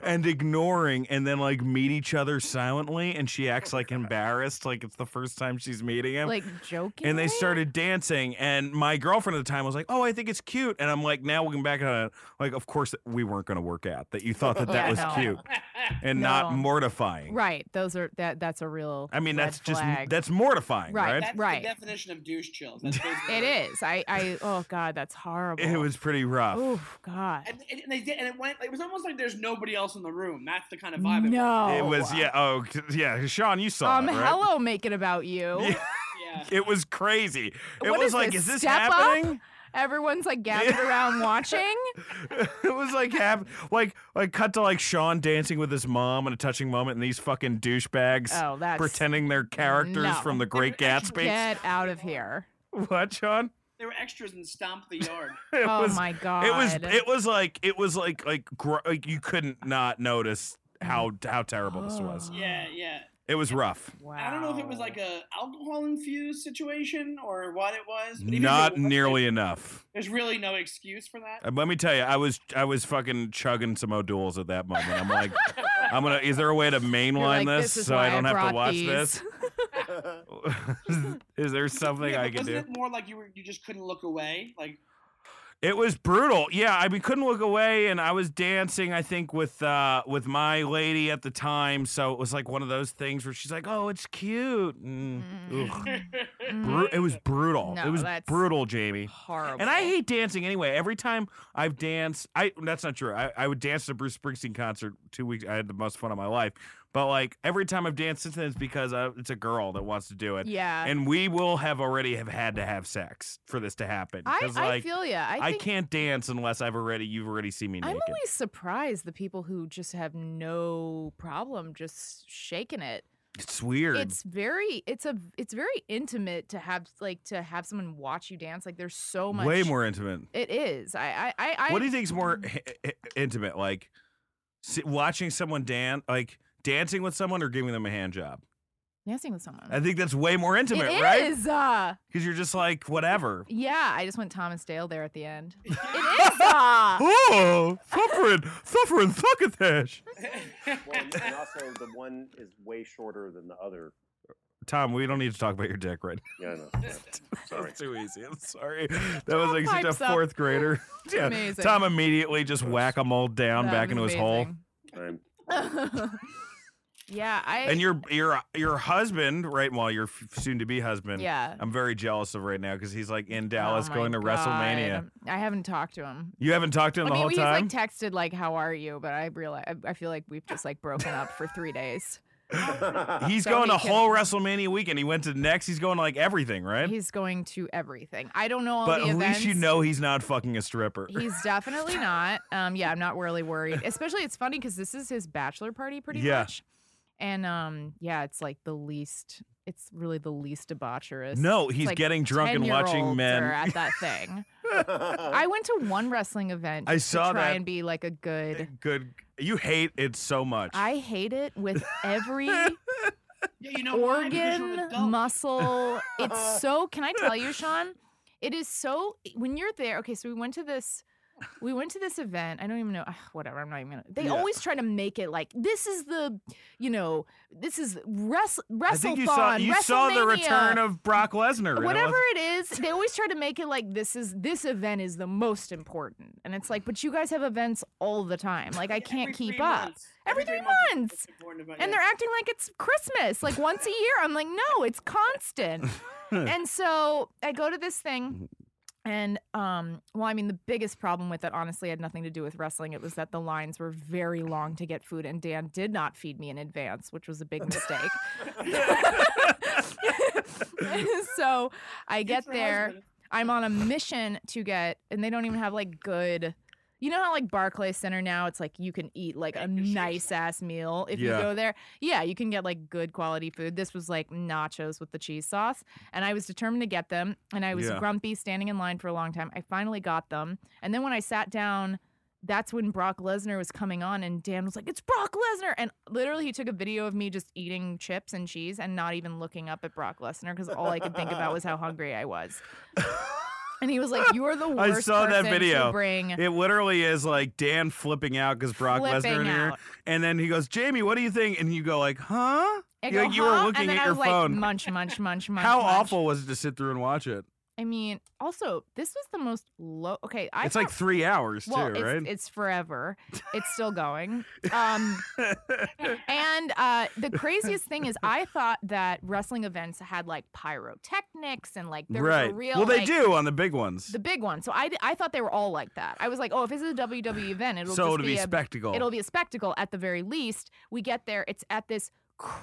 [SPEAKER 1] and ignoring, and then like meet each other silently. And she acts like embarrassed, like it's the first time she's meeting him.
[SPEAKER 3] like joking.
[SPEAKER 1] and they started dancing, and my girlfriend at the time was like, "Oh, I think it's cute," and I'm like, now looking back on it, like, of course we weren't going to work out. That you thought that that
[SPEAKER 3] Yeah,
[SPEAKER 1] was
[SPEAKER 3] no.
[SPEAKER 1] cute and not
[SPEAKER 3] No.
[SPEAKER 1] mortifying.
[SPEAKER 3] Right. Those are that. That's a real.
[SPEAKER 1] I mean,
[SPEAKER 3] red
[SPEAKER 1] that's just
[SPEAKER 3] flag.
[SPEAKER 1] that's mortifying,
[SPEAKER 3] Right,
[SPEAKER 1] right?
[SPEAKER 2] That's
[SPEAKER 3] Right.
[SPEAKER 2] the definition of douche chills. That's basically
[SPEAKER 3] It
[SPEAKER 2] what
[SPEAKER 3] is. I. I. Oh God, that's horrible.
[SPEAKER 1] It was pretty rough.
[SPEAKER 3] Oh God.
[SPEAKER 2] And, and and they did, and it went. It was almost like there's nobody else in the room. That's the kind of vibe.
[SPEAKER 3] No.
[SPEAKER 1] It was yeah. Oh c- yeah, Sean, you saw
[SPEAKER 3] Um.
[SPEAKER 1] it, right?
[SPEAKER 3] Hello, make it about you.
[SPEAKER 1] Yeah,
[SPEAKER 2] It was. Yeah.
[SPEAKER 1] it was crazy. It
[SPEAKER 3] What
[SPEAKER 1] was
[SPEAKER 3] is
[SPEAKER 1] like,
[SPEAKER 3] this,
[SPEAKER 1] is this
[SPEAKER 3] Step Up?
[SPEAKER 1] happening?
[SPEAKER 3] Everyone's like gathered around watching.
[SPEAKER 1] it was like hap- like like cut to like Sean dancing with his mom in a touching moment, and these fucking douchebags
[SPEAKER 3] Oh, that's
[SPEAKER 1] pretending they're characters
[SPEAKER 3] no.
[SPEAKER 1] from The Great Gatsby.
[SPEAKER 3] Get out of here.
[SPEAKER 1] What, Sean?
[SPEAKER 2] There were extras in Stomp the Yard.
[SPEAKER 1] It
[SPEAKER 3] oh
[SPEAKER 1] was
[SPEAKER 3] my God.
[SPEAKER 1] it was it was like it was like like, gr- like you couldn't not notice how how terrible this was.
[SPEAKER 2] yeah, yeah.
[SPEAKER 1] It was rough.
[SPEAKER 3] Wow.
[SPEAKER 2] I don't know if it was like a alcohol infused situation or what it was. but even if it
[SPEAKER 1] Not
[SPEAKER 2] was,
[SPEAKER 1] nearly enough.
[SPEAKER 2] There's really no excuse for that.
[SPEAKER 1] Uh, Let me tell you, I was I was fucking chugging some O'Douls at that moment. I'm like, I'm gonna. Is there a way to
[SPEAKER 3] You're
[SPEAKER 1] mainline
[SPEAKER 3] like,
[SPEAKER 1] this,
[SPEAKER 3] is
[SPEAKER 1] so I
[SPEAKER 3] why
[SPEAKER 1] don't have
[SPEAKER 3] brought
[SPEAKER 1] to watch
[SPEAKER 3] these.
[SPEAKER 1] this? is there something
[SPEAKER 2] Yeah,
[SPEAKER 1] I
[SPEAKER 2] but
[SPEAKER 1] can
[SPEAKER 2] wasn't
[SPEAKER 1] do?
[SPEAKER 2] it more like you were you just couldn't look away? Like
[SPEAKER 1] It was brutal. Yeah, I mean, couldn't look away, and I was dancing. I think with uh, with my lady at the time, so it was like one of those things where she's like, "Oh, it's cute." And, ugh.
[SPEAKER 3] Mm.
[SPEAKER 1] Bru- it was brutal.
[SPEAKER 3] No,
[SPEAKER 1] it was
[SPEAKER 3] that's-
[SPEAKER 1] brutal, Jamie.
[SPEAKER 3] Horrible.
[SPEAKER 1] And I hate dancing anyway. Every time I've danced, I that's not true. I, I would dance at a Bruce Springsteen concert two weeks. I had the most fun of my life. But like every time I've danced since then, it's because I, it's a girl that wants to do it.
[SPEAKER 3] Yeah.
[SPEAKER 1] And we will have already have had to have sex for this to happen.
[SPEAKER 3] I,
[SPEAKER 1] 'Cause,
[SPEAKER 3] I
[SPEAKER 1] like,
[SPEAKER 3] feel you. I,
[SPEAKER 1] I
[SPEAKER 3] think
[SPEAKER 1] can't dance unless I've already you've already seen me
[SPEAKER 3] I'm
[SPEAKER 1] naked.
[SPEAKER 3] always surprised the people who just have no problem just shaking it.
[SPEAKER 1] it's weird.
[SPEAKER 3] It's very it's a it's very intimate to have like to have someone watch you dance. Like there's so much
[SPEAKER 1] way more intimate.
[SPEAKER 3] It is. I I I, I
[SPEAKER 1] what do you think's more h- h- intimate, like si- watching someone dance, like dancing with someone, or giving them a hand job?
[SPEAKER 3] dancing with someone.
[SPEAKER 1] I think that's way more
[SPEAKER 3] Mm. It
[SPEAKER 1] intimate, right?
[SPEAKER 3] is, Uh,
[SPEAKER 1] Because you're just like, whatever.
[SPEAKER 3] yeah, I just went Thomas Dale there at the end. it is. Uh,
[SPEAKER 1] Oh, suffering, suffering, succotash.
[SPEAKER 4] Well, you can also the one is way shorter than the other.
[SPEAKER 1] Tom, we don't need to talk about your dick right
[SPEAKER 4] Yeah, I know. yeah,
[SPEAKER 1] now.
[SPEAKER 4] Sorry.
[SPEAKER 1] That's too easy. I'm sorry. That was like such a
[SPEAKER 3] pipes up.
[SPEAKER 1] fourth grader. yeah.
[SPEAKER 3] Amazing.
[SPEAKER 1] Tom immediately just whack a mole down
[SPEAKER 3] That
[SPEAKER 1] back
[SPEAKER 3] was
[SPEAKER 1] into his hole.
[SPEAKER 3] amazing.
[SPEAKER 4] I'm-
[SPEAKER 3] Yeah, I
[SPEAKER 1] And your your your husband, right? Well, your f- soon-to-be husband.
[SPEAKER 3] yeah.
[SPEAKER 1] I'm very jealous of right now because he's like in Dallas
[SPEAKER 3] Oh my
[SPEAKER 1] going to WrestleMania.
[SPEAKER 3] God. I haven't talked to him.
[SPEAKER 1] You haven't talked to him
[SPEAKER 3] I
[SPEAKER 1] the
[SPEAKER 3] mean,
[SPEAKER 1] whole
[SPEAKER 3] he's
[SPEAKER 1] time.
[SPEAKER 3] like texted like, "How are you?" But I realize I, I feel like we've just like broken up for three days.
[SPEAKER 1] he's
[SPEAKER 3] so
[SPEAKER 1] going
[SPEAKER 3] he
[SPEAKER 1] a
[SPEAKER 3] can-
[SPEAKER 1] whole WrestleMania weekend. He went to next. He's going to like everything, right?
[SPEAKER 3] He's going to everything. I don't know all
[SPEAKER 1] but
[SPEAKER 3] the
[SPEAKER 1] at
[SPEAKER 3] events.
[SPEAKER 1] least you know he's not fucking a stripper.
[SPEAKER 3] He's definitely not. Um, yeah, I'm not really worried. Especially, it's funny because this is his bachelor party, pretty
[SPEAKER 1] Yeah.
[SPEAKER 3] much. And um, yeah, it's like the least. It's really the least debaucherous.
[SPEAKER 1] no, he's
[SPEAKER 3] like
[SPEAKER 1] getting drunk and watching
[SPEAKER 3] 10-year-olds
[SPEAKER 1] men.
[SPEAKER 3] are at that thing. I went to one wrestling event.
[SPEAKER 1] I
[SPEAKER 3] just
[SPEAKER 1] saw
[SPEAKER 3] to try
[SPEAKER 1] that.
[SPEAKER 3] and be like a good.
[SPEAKER 1] Good. You hate it so much.
[SPEAKER 3] I hate it with every
[SPEAKER 2] Yeah, you know why? Because you're an
[SPEAKER 3] organ,
[SPEAKER 2] adult.
[SPEAKER 3] muscle. It's so. Can I tell you, Sean? It is so. When you're there, okay. So we went to this. We went to this event. I don't even know. ugh, Whatever. I'm not even gonna. They
[SPEAKER 1] Yeah.
[SPEAKER 3] always try to make it like this is the, you know, this is wrestle
[SPEAKER 1] I
[SPEAKER 3] wrestle
[SPEAKER 1] think you saw you saw the return of Brock Lesnar. and it
[SPEAKER 3] Whatever
[SPEAKER 1] wasn't-
[SPEAKER 3] it is, they always try to make it like this is this event is the most important, and it's like, but you guys have events all the time. Like I
[SPEAKER 2] Every
[SPEAKER 3] can't
[SPEAKER 2] three
[SPEAKER 3] keep up.
[SPEAKER 2] months.
[SPEAKER 3] Every three
[SPEAKER 2] is
[SPEAKER 3] months.
[SPEAKER 2] what's important about-
[SPEAKER 3] And
[SPEAKER 2] yeah.
[SPEAKER 3] they're acting like it's Christmas, like once a year. I'm like, no, it's constant. and so I go to this thing. And um, well, I mean, the biggest problem with it, honestly, had nothing to do with wrestling. It was that the lines were very long to get food, and Dan did not feed me in advance, which was a big mistake. so I
[SPEAKER 2] It's
[SPEAKER 3] get
[SPEAKER 2] her
[SPEAKER 3] there.
[SPEAKER 2] husband.
[SPEAKER 3] I'm on a mission to get, and they don't even have like good. You know how like Barclay Center now, it's like you can eat like a
[SPEAKER 2] Right, your Shake
[SPEAKER 3] nice ass meal if
[SPEAKER 1] Yeah.
[SPEAKER 3] you go there. Yeah, you can get like good quality food. This was like nachos with the cheese sauce, and I was determined to get them. And I was
[SPEAKER 1] Yeah.
[SPEAKER 3] grumpy, standing in line for a long time. I finally got them, and then when I sat down, that's when Brock Lesnar was coming on, and Dan was like, "It's Brock Lesnar," and literally he took a video of me just eating chips and cheese and not even looking up at Brock Lesnar because all I could think about was how hungry I was. And he was like, "You're the
[SPEAKER 1] I
[SPEAKER 3] worst."
[SPEAKER 1] saw that
[SPEAKER 3] person to
[SPEAKER 1] video.
[SPEAKER 3] Bring
[SPEAKER 1] It literally is like Dan flipping out because Brock Lesnar
[SPEAKER 3] flipping
[SPEAKER 1] in here,
[SPEAKER 3] out.
[SPEAKER 1] and then he goes, "Jamie, what do you think?" And you go like, "Huh?"
[SPEAKER 3] I
[SPEAKER 1] You're
[SPEAKER 3] go,
[SPEAKER 1] like, you were
[SPEAKER 3] "Huh?"
[SPEAKER 1] looking
[SPEAKER 3] and then
[SPEAKER 1] at
[SPEAKER 3] I
[SPEAKER 1] your
[SPEAKER 3] was like,
[SPEAKER 1] phone.
[SPEAKER 3] Munch, munch, munch, munch.
[SPEAKER 1] How
[SPEAKER 3] munch.
[SPEAKER 1] awful was it to sit through and watch it?
[SPEAKER 3] I mean, also, this was the most low. Okay, I.
[SPEAKER 1] it's like
[SPEAKER 3] thought-
[SPEAKER 1] three hours
[SPEAKER 3] well,
[SPEAKER 1] too,
[SPEAKER 3] it's,
[SPEAKER 1] right?
[SPEAKER 3] it's forever. It's still going. Um, and uh, the craziest thing is, I thought that wrestling events had like pyrotechnics and like there was
[SPEAKER 1] right.
[SPEAKER 3] a real.
[SPEAKER 1] well, they
[SPEAKER 3] like,
[SPEAKER 1] do on the big ones,
[SPEAKER 3] The big one. So I, d- I thought they were all like that. I was like, oh, if this is a WWE event, it'll
[SPEAKER 1] so
[SPEAKER 3] just
[SPEAKER 1] it'll be,
[SPEAKER 3] be a
[SPEAKER 1] spectacle.
[SPEAKER 3] It'll be a spectacle at the very least. We get there, it's at this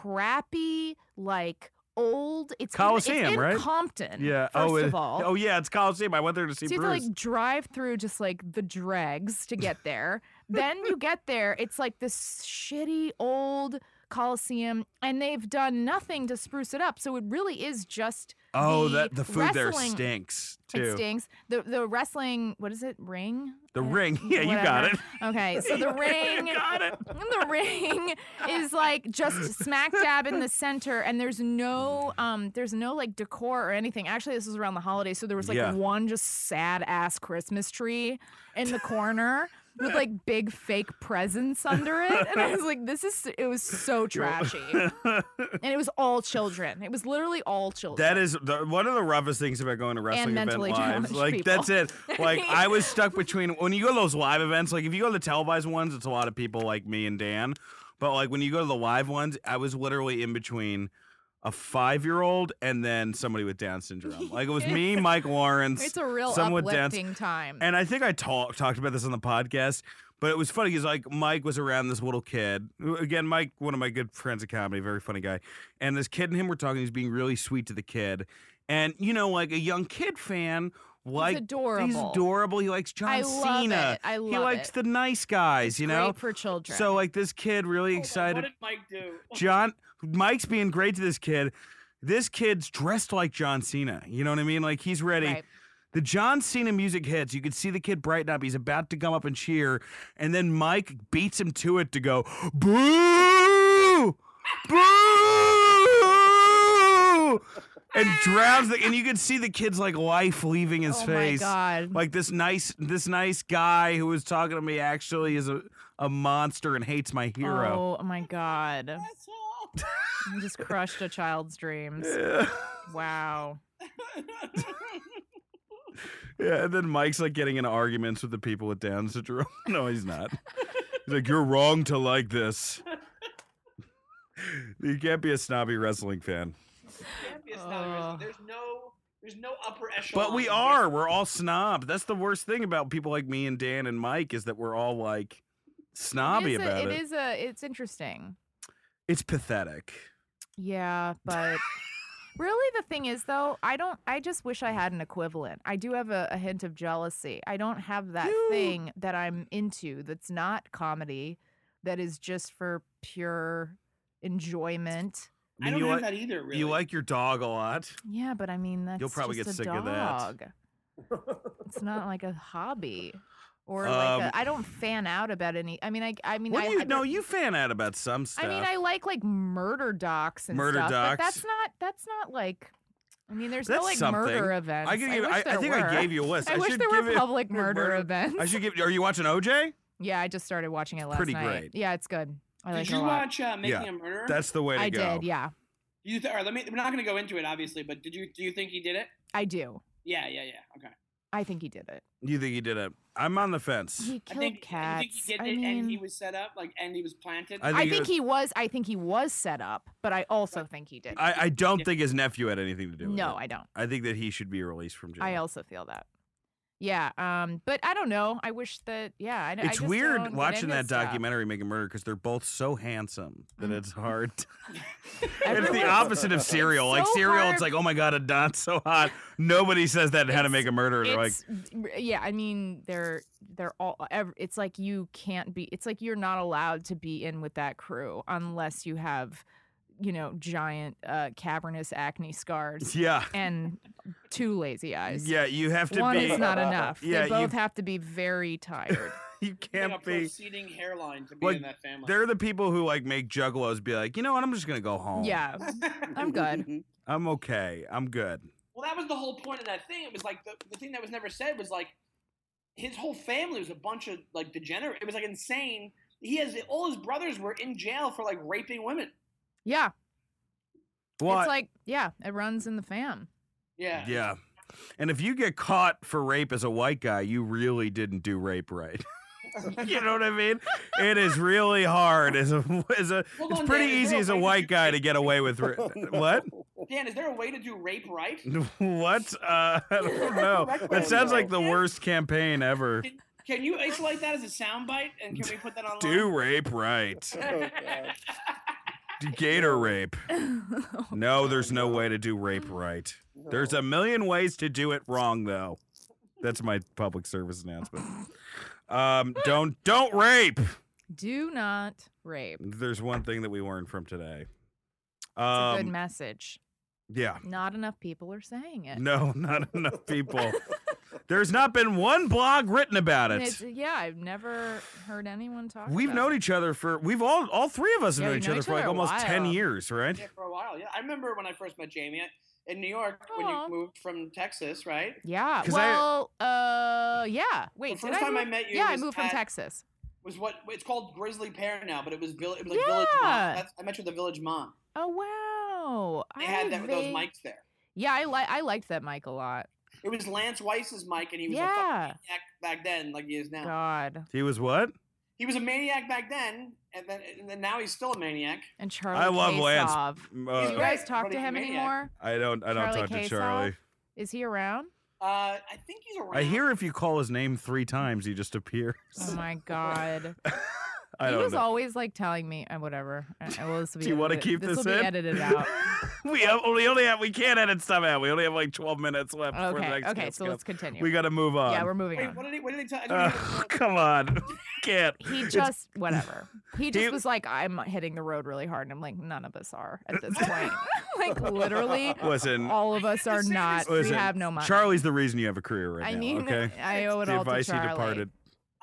[SPEAKER 3] crappy, like old. It's in-
[SPEAKER 1] Coliseum,
[SPEAKER 3] it's in
[SPEAKER 1] right?
[SPEAKER 3] Compton.
[SPEAKER 1] yeah.
[SPEAKER 3] First
[SPEAKER 1] oh, it-
[SPEAKER 3] of all.
[SPEAKER 1] oh yeah, it's Coliseum. I went there to see
[SPEAKER 3] so you have
[SPEAKER 1] Bruce.
[SPEAKER 3] to like drive through just like the dregs to get there. then you get there, it's like this shitty old Coliseum, and they've done nothing to spruce it up. So it really is just
[SPEAKER 1] oh,
[SPEAKER 3] the
[SPEAKER 1] that the food there
[SPEAKER 3] wrestling-
[SPEAKER 1] stinks
[SPEAKER 3] it
[SPEAKER 1] too.
[SPEAKER 3] stinks. The the wrestling, what is it? Ring?
[SPEAKER 1] The
[SPEAKER 3] I-
[SPEAKER 1] ring. Yeah, you got
[SPEAKER 3] whatever.
[SPEAKER 1] it.
[SPEAKER 3] Okay, so the ring, the ring is like just smack dab in the center, and there's no, um, there's no like decor or anything. Actually, this was around the holidays, so there was like
[SPEAKER 1] Yeah.
[SPEAKER 3] one just sad ass Christmas tree in the corner with like big fake presents under it, and I was like, this is, it was so trashy, and it was all children. It was literally all children.
[SPEAKER 1] That is the, one of the roughest things about going to wrestling event
[SPEAKER 3] mentally
[SPEAKER 1] lives.
[SPEAKER 3] challenged
[SPEAKER 1] Like
[SPEAKER 3] people.
[SPEAKER 1] that's it. Like I was stuck between when you go to those live events. Like if you go to the televised ones, it's a lot of people like me and Dan. But like when you go to the live ones, I was literally in between a five-year-old and then somebody with Down syndrome. Like it was me, Mike Lawrence,
[SPEAKER 3] it's a real
[SPEAKER 1] somewhat dense.
[SPEAKER 3] uplifting time.
[SPEAKER 1] and I think I talked talked about this on the podcast, but it was funny because like Mike was around this little kid. Again, Mike, one of my good friends in comedy, very funny guy. And this kid and him were talking. He's being really sweet to the kid, and you know, like a young kid fan, like
[SPEAKER 3] adorable.
[SPEAKER 1] He's adorable. He likes John
[SPEAKER 3] I love
[SPEAKER 1] Cena.
[SPEAKER 3] it. I love
[SPEAKER 1] he likes
[SPEAKER 3] it.
[SPEAKER 1] the nice guys. you know.
[SPEAKER 3] Great Oh, for children.
[SPEAKER 1] So like this kid really
[SPEAKER 2] Hold on,
[SPEAKER 1] excited.
[SPEAKER 2] What did Mike do?
[SPEAKER 1] John Mike's being great to this kid. This kid's dressed like John Cena. You know what I mean? Like he's ready.
[SPEAKER 3] Right.
[SPEAKER 1] The John Cena music hits. You can see the kid brighten up. He's about to come up and cheer, and then Mike beats him to it to go boo, boo, and drowns the. And you can see the kid's like life leaving his
[SPEAKER 3] oh
[SPEAKER 1] face.
[SPEAKER 3] my god.
[SPEAKER 1] Like this nice, this nice guy who was talking to me actually is a, a monster and hates my hero.
[SPEAKER 3] Oh my god.
[SPEAKER 2] That's all.
[SPEAKER 3] You just crushed a child's dreams. Wow.
[SPEAKER 1] Yeah, and then Mike's like getting into arguments with the people with Down syndrome. No, he's not. He's like, you're wrong to like this. You can't be a snobby wrestling fan.
[SPEAKER 2] Can't be a snobby wrestler.
[SPEAKER 3] Oh.
[SPEAKER 2] There's no there's no upper echelon.
[SPEAKER 1] But we are. We're all snob. That's the worst thing about people like me and Dan and Mike is that we're all like snobby
[SPEAKER 3] it is a,
[SPEAKER 1] about it.
[SPEAKER 3] It is a. It's interesting.
[SPEAKER 1] It's pathetic.
[SPEAKER 3] Yeah, but really, the thing is, though, I don't. I just wish I had an equivalent. I do have a, a hint of jealousy. I don't have that
[SPEAKER 1] You-
[SPEAKER 3] thing that I'm into. That's not comedy. That is just for pure enjoyment.
[SPEAKER 1] mean,
[SPEAKER 2] I don't
[SPEAKER 1] you,
[SPEAKER 2] have
[SPEAKER 1] like,
[SPEAKER 2] that either, really.
[SPEAKER 1] you like your dog a lot.
[SPEAKER 3] Yeah, but I mean, that's
[SPEAKER 1] probably
[SPEAKER 3] just
[SPEAKER 1] get
[SPEAKER 3] a
[SPEAKER 1] sick of that.
[SPEAKER 3] dog. it's not like a hobby. Or like
[SPEAKER 1] Um,
[SPEAKER 3] a, I don't fan out about any. I mean, I I mean,
[SPEAKER 1] what
[SPEAKER 3] I,
[SPEAKER 1] do you
[SPEAKER 3] I
[SPEAKER 1] know?
[SPEAKER 3] don't-
[SPEAKER 1] You fan out about some stuff.
[SPEAKER 3] I mean, I like like murder docs and
[SPEAKER 1] Murder
[SPEAKER 3] stuff,
[SPEAKER 1] docs.
[SPEAKER 3] but that's not that's not like. I mean, there's
[SPEAKER 1] That's
[SPEAKER 3] no like
[SPEAKER 1] something.
[SPEAKER 3] murder events.
[SPEAKER 1] I, can give,
[SPEAKER 3] wish
[SPEAKER 1] I, I
[SPEAKER 3] there
[SPEAKER 1] think
[SPEAKER 3] were.
[SPEAKER 1] I gave you a list.
[SPEAKER 3] I,
[SPEAKER 1] I,
[SPEAKER 3] wish
[SPEAKER 1] should
[SPEAKER 3] there
[SPEAKER 1] give
[SPEAKER 3] were
[SPEAKER 1] it-
[SPEAKER 3] public murder,
[SPEAKER 1] murder-
[SPEAKER 3] events.
[SPEAKER 1] I should give. Are you watching OJ?
[SPEAKER 3] yeah, I just started watching it last
[SPEAKER 1] pretty
[SPEAKER 3] night.
[SPEAKER 1] great.
[SPEAKER 3] Yeah, it's good. I
[SPEAKER 2] Did
[SPEAKER 3] like it
[SPEAKER 2] you
[SPEAKER 3] a lot.
[SPEAKER 2] watch uh, Making
[SPEAKER 1] Yeah.
[SPEAKER 2] a Murderer?
[SPEAKER 1] That's the way to
[SPEAKER 3] I
[SPEAKER 1] go.
[SPEAKER 3] did. Yeah,
[SPEAKER 2] you th- all right, let me. We're not going to go into it, obviously. But did you do you think he did it?
[SPEAKER 3] I do.
[SPEAKER 2] Yeah, yeah, yeah. Okay.
[SPEAKER 3] I think he did it.
[SPEAKER 1] You think you did it? I'm on the fence.
[SPEAKER 3] He
[SPEAKER 2] I
[SPEAKER 3] killed
[SPEAKER 2] think,
[SPEAKER 3] cats.
[SPEAKER 2] You think he did
[SPEAKER 3] I
[SPEAKER 2] it,
[SPEAKER 3] mean,
[SPEAKER 2] and he was set up, like, and he was planted.
[SPEAKER 1] I
[SPEAKER 3] I
[SPEAKER 1] think
[SPEAKER 3] think,
[SPEAKER 1] it was-
[SPEAKER 3] he was. I think he was set up, but I also think he did.
[SPEAKER 1] I, I don't think his nephew had anything to do with it.
[SPEAKER 3] no, I don't.
[SPEAKER 1] I think that he should be released from jail.
[SPEAKER 3] I also feel that. Yeah. Um. But I don't know. I wish that. Yeah. I, I
[SPEAKER 1] it's
[SPEAKER 3] just don't
[SPEAKER 1] weird
[SPEAKER 3] get
[SPEAKER 1] watching
[SPEAKER 3] into
[SPEAKER 1] that
[SPEAKER 3] stuff.
[SPEAKER 1] documentary Making Murder because they're both so handsome that
[SPEAKER 3] Mm.
[SPEAKER 1] it's hard. it's the
[SPEAKER 3] Everyone's-
[SPEAKER 1] opposite of serial. like
[SPEAKER 3] so
[SPEAKER 1] serial, it's
[SPEAKER 3] hard-
[SPEAKER 1] like, oh my god, Adon's so hot. Nobody says that in How to
[SPEAKER 3] It's-
[SPEAKER 1] Make a Murder. They're like,
[SPEAKER 3] It's, yeah. I mean, they're they're all. ev- It's like you can't be. It's like you're not allowed to be in with that crew unless you have, you know, giant uh, cavernous acne scars
[SPEAKER 1] yeah,
[SPEAKER 3] and two lazy eyes.
[SPEAKER 1] yeah, you have to
[SPEAKER 3] One
[SPEAKER 1] be.
[SPEAKER 3] is not enough.
[SPEAKER 1] Yeah, you-
[SPEAKER 3] they both have to be very tired.
[SPEAKER 1] you
[SPEAKER 2] Like
[SPEAKER 1] can't
[SPEAKER 2] a
[SPEAKER 1] be.
[SPEAKER 2] proceeding hairline to be
[SPEAKER 1] Like,
[SPEAKER 2] in that family.
[SPEAKER 1] They're the people who like make juggalos be like, you know what? I'm just gonna go home.
[SPEAKER 3] yeah. I'm good.
[SPEAKER 1] I'm okay. I'm good.
[SPEAKER 2] Well, that was the whole point of that thing. It was like the, the thing that was never said was like his whole family was a bunch of like degenerate. It was like insane. He has all his brothers were in jail for like raping women.
[SPEAKER 3] Yeah.
[SPEAKER 1] What?
[SPEAKER 3] It's like yeah, it runs in the fam.
[SPEAKER 2] Yeah.
[SPEAKER 1] yeah. And if you get caught for rape as a white guy, you really didn't do rape right. you know what I mean? It is really hard as a as a.
[SPEAKER 2] Hold
[SPEAKER 1] It's
[SPEAKER 2] on,
[SPEAKER 1] pretty
[SPEAKER 2] Dan, is
[SPEAKER 1] easy
[SPEAKER 2] there
[SPEAKER 1] as a
[SPEAKER 2] way
[SPEAKER 1] white
[SPEAKER 2] do
[SPEAKER 1] guy to
[SPEAKER 2] rape-
[SPEAKER 1] get away with
[SPEAKER 4] Oh,
[SPEAKER 1] ra- what?
[SPEAKER 2] Dan, is there a way to do rape right?
[SPEAKER 1] What? Uh, I don't know. That sounds like the worst campaign ever.
[SPEAKER 2] Can you isolate that as a soundbite and can we put that online?
[SPEAKER 1] Do rape right.
[SPEAKER 4] Oh, God.
[SPEAKER 1] Do Gator rape. No, there's no way to do rape right. There's a million ways to do it wrong though. That's my public service announcement. Um, don't don't rape.
[SPEAKER 3] Do not rape.
[SPEAKER 1] There's one thing that we learned from today.
[SPEAKER 3] It's a good
[SPEAKER 1] Um,
[SPEAKER 3] message.
[SPEAKER 1] yeah.
[SPEAKER 3] Not enough people are saying it.
[SPEAKER 1] No, not enough people. There's not been one blog written about
[SPEAKER 3] And
[SPEAKER 1] it.
[SPEAKER 3] it's- yeah, I've never heard anyone talk.
[SPEAKER 1] We've
[SPEAKER 3] about
[SPEAKER 1] known
[SPEAKER 3] it.
[SPEAKER 1] each other for we've all all three of us have
[SPEAKER 3] Yeah,
[SPEAKER 1] known
[SPEAKER 3] we
[SPEAKER 1] each
[SPEAKER 3] know
[SPEAKER 1] other
[SPEAKER 3] each
[SPEAKER 1] for like
[SPEAKER 3] other a
[SPEAKER 1] almost ten
[SPEAKER 3] while.
[SPEAKER 1] years, right?
[SPEAKER 2] Yeah, for a while. Yeah, I remember when I first met Jamie I- in New York when
[SPEAKER 3] Aw.
[SPEAKER 2] you moved from Texas, right?
[SPEAKER 3] Yeah.
[SPEAKER 1] 'Cause I-
[SPEAKER 3] Well, uh, yeah. Wait,
[SPEAKER 2] the
[SPEAKER 3] did
[SPEAKER 2] first
[SPEAKER 3] I
[SPEAKER 2] time I
[SPEAKER 3] move-
[SPEAKER 2] met you.
[SPEAKER 3] Yeah, I
[SPEAKER 2] was
[SPEAKER 3] moved from
[SPEAKER 2] at-
[SPEAKER 3] Texas.
[SPEAKER 2] Was what it's called Grizzly Pear now, but it was Vill- It was like Village Mom.
[SPEAKER 3] Yeah.
[SPEAKER 2] That's, I met you at the Village Mom.
[SPEAKER 3] Oh wow.
[SPEAKER 2] They
[SPEAKER 3] I
[SPEAKER 2] had that, those
[SPEAKER 3] vague-
[SPEAKER 2] mics there.
[SPEAKER 3] Yeah, I like I liked that mic a lot.
[SPEAKER 2] It was Lance Weiss's mic, and he was a fucking
[SPEAKER 3] yeah.
[SPEAKER 2] maniac back then, like he is now.
[SPEAKER 3] God.
[SPEAKER 1] He was what?
[SPEAKER 2] He was a maniac back then, and then and then now he's still a maniac.
[SPEAKER 3] And Charlie.
[SPEAKER 1] love Lance.
[SPEAKER 3] Kasov.
[SPEAKER 1] Uh,
[SPEAKER 3] Do you guys
[SPEAKER 2] Right,
[SPEAKER 3] talk
[SPEAKER 2] but
[SPEAKER 3] to
[SPEAKER 2] he's a
[SPEAKER 3] him
[SPEAKER 2] maniac.
[SPEAKER 3] anymore?
[SPEAKER 1] I don't I don't
[SPEAKER 3] Charlie
[SPEAKER 1] talk to
[SPEAKER 3] Kasov?
[SPEAKER 1] Charlie.
[SPEAKER 3] Is he around?
[SPEAKER 2] Uh, I think he's around.
[SPEAKER 1] I hear if you call his name three times, he just appears.
[SPEAKER 3] Oh my God.
[SPEAKER 1] I
[SPEAKER 3] he
[SPEAKER 1] don't
[SPEAKER 3] was
[SPEAKER 1] know.
[SPEAKER 3] always like telling me, uh, whatever. I, I will, this will
[SPEAKER 1] Do
[SPEAKER 3] be
[SPEAKER 1] you want to
[SPEAKER 3] edited-
[SPEAKER 1] keep
[SPEAKER 3] this
[SPEAKER 1] this,
[SPEAKER 3] will
[SPEAKER 1] in?
[SPEAKER 3] Be edited out.
[SPEAKER 1] we have we only have we can't edit stuff out. We only have like twelve minutes left. before the
[SPEAKER 3] okay.
[SPEAKER 1] next
[SPEAKER 3] Okay.
[SPEAKER 1] guest
[SPEAKER 3] So
[SPEAKER 1] comes.
[SPEAKER 3] let's continue.
[SPEAKER 1] we got um, to move on.
[SPEAKER 3] yeah, we're moving
[SPEAKER 2] Wait,
[SPEAKER 3] on.
[SPEAKER 2] what did he? What did he tell? I
[SPEAKER 1] Uh,
[SPEAKER 2] don't even know.
[SPEAKER 1] come on, can't.
[SPEAKER 3] He
[SPEAKER 1] It's-
[SPEAKER 3] just whatever. He just
[SPEAKER 1] He-
[SPEAKER 3] was like, I'm hitting the road really hard. And I'm like, none of us are at this point. like literally,
[SPEAKER 1] listen,
[SPEAKER 3] all of us are
[SPEAKER 2] Seriously.
[SPEAKER 3] not.
[SPEAKER 1] Listen,
[SPEAKER 3] we have no money.
[SPEAKER 1] Charlie's the reason you have a career right
[SPEAKER 3] I
[SPEAKER 1] now.
[SPEAKER 3] mean,
[SPEAKER 1] okay,
[SPEAKER 3] I owe it
[SPEAKER 1] the
[SPEAKER 3] all to
[SPEAKER 1] advice he
[SPEAKER 3] Charlie.
[SPEAKER 1] departed.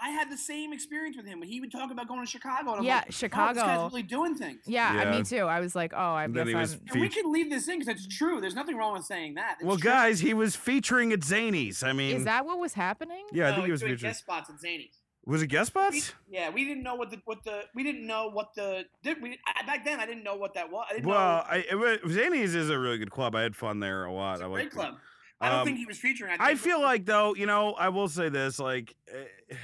[SPEAKER 2] I had the same experience with him when he would talk about going to Chicago. And I'm
[SPEAKER 3] Yeah,
[SPEAKER 2] like, wow, this guy's
[SPEAKER 3] Chicago.
[SPEAKER 2] really doing things.
[SPEAKER 3] Yeah, I-
[SPEAKER 1] Yeah.
[SPEAKER 3] me too. I was like, oh, I
[SPEAKER 1] And then
[SPEAKER 3] guess
[SPEAKER 1] he was
[SPEAKER 3] I'm.
[SPEAKER 2] And we
[SPEAKER 1] feat-
[SPEAKER 2] can leave this in because it's true. There's nothing wrong with saying that. It's
[SPEAKER 1] Well,
[SPEAKER 2] true.
[SPEAKER 1] guys, he was featuring at Zanies. I mean,
[SPEAKER 3] Is that what was happening?
[SPEAKER 1] yeah, I
[SPEAKER 2] No,
[SPEAKER 1] think he
[SPEAKER 2] he's
[SPEAKER 1] was
[SPEAKER 2] doing
[SPEAKER 1] featuring.
[SPEAKER 2] guest spots at Zany's.
[SPEAKER 1] Was it guest
[SPEAKER 2] We-
[SPEAKER 1] spots?
[SPEAKER 2] yeah, we didn't know what the what the we didn't know what the did we I, back then. I didn't know what that was. I didn't
[SPEAKER 1] Well,
[SPEAKER 2] know.
[SPEAKER 1] I, it wa- Zanies is a really good club. I had fun there a lot.
[SPEAKER 2] It's a
[SPEAKER 1] I
[SPEAKER 2] great
[SPEAKER 1] liked it.
[SPEAKER 2] club. I don't
[SPEAKER 1] Um,
[SPEAKER 2] think he was featuring. I,
[SPEAKER 1] I
[SPEAKER 2] think-
[SPEAKER 1] feel like though, you know, I will say this: like, eh,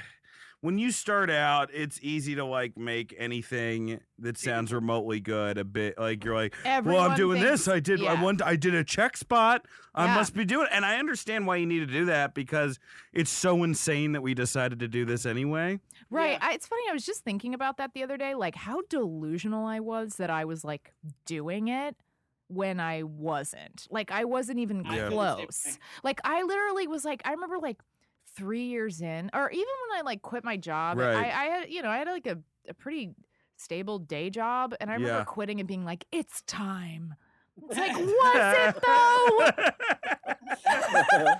[SPEAKER 1] when you start out, it's easy to like make anything that sounds remotely good a bit like you're like,
[SPEAKER 3] Everyone
[SPEAKER 1] well, I'm doing
[SPEAKER 3] thinks-
[SPEAKER 1] this. I did. I
[SPEAKER 3] yeah.
[SPEAKER 1] went. I did a check spot. I
[SPEAKER 3] Yeah.
[SPEAKER 1] must be doing. And I understand why you need to do that because it's so insane that we decided to do this anyway.
[SPEAKER 3] Right.
[SPEAKER 2] Yeah.
[SPEAKER 3] I, it's funny. I was just thinking about that the other day, like how delusional I was that I was like doing it when I wasn't. Like I wasn't even
[SPEAKER 2] I
[SPEAKER 1] Yeah.
[SPEAKER 2] feel the same
[SPEAKER 3] close.
[SPEAKER 2] way.
[SPEAKER 3] Like I literally was like, I remember like three years in, or even when I like quit my job,
[SPEAKER 1] Right.
[SPEAKER 3] I, I had, you know, I had like a, a pretty stable day job. And I remember
[SPEAKER 1] Yeah.
[SPEAKER 3] quitting and being like, it's time. It's like, was it though? I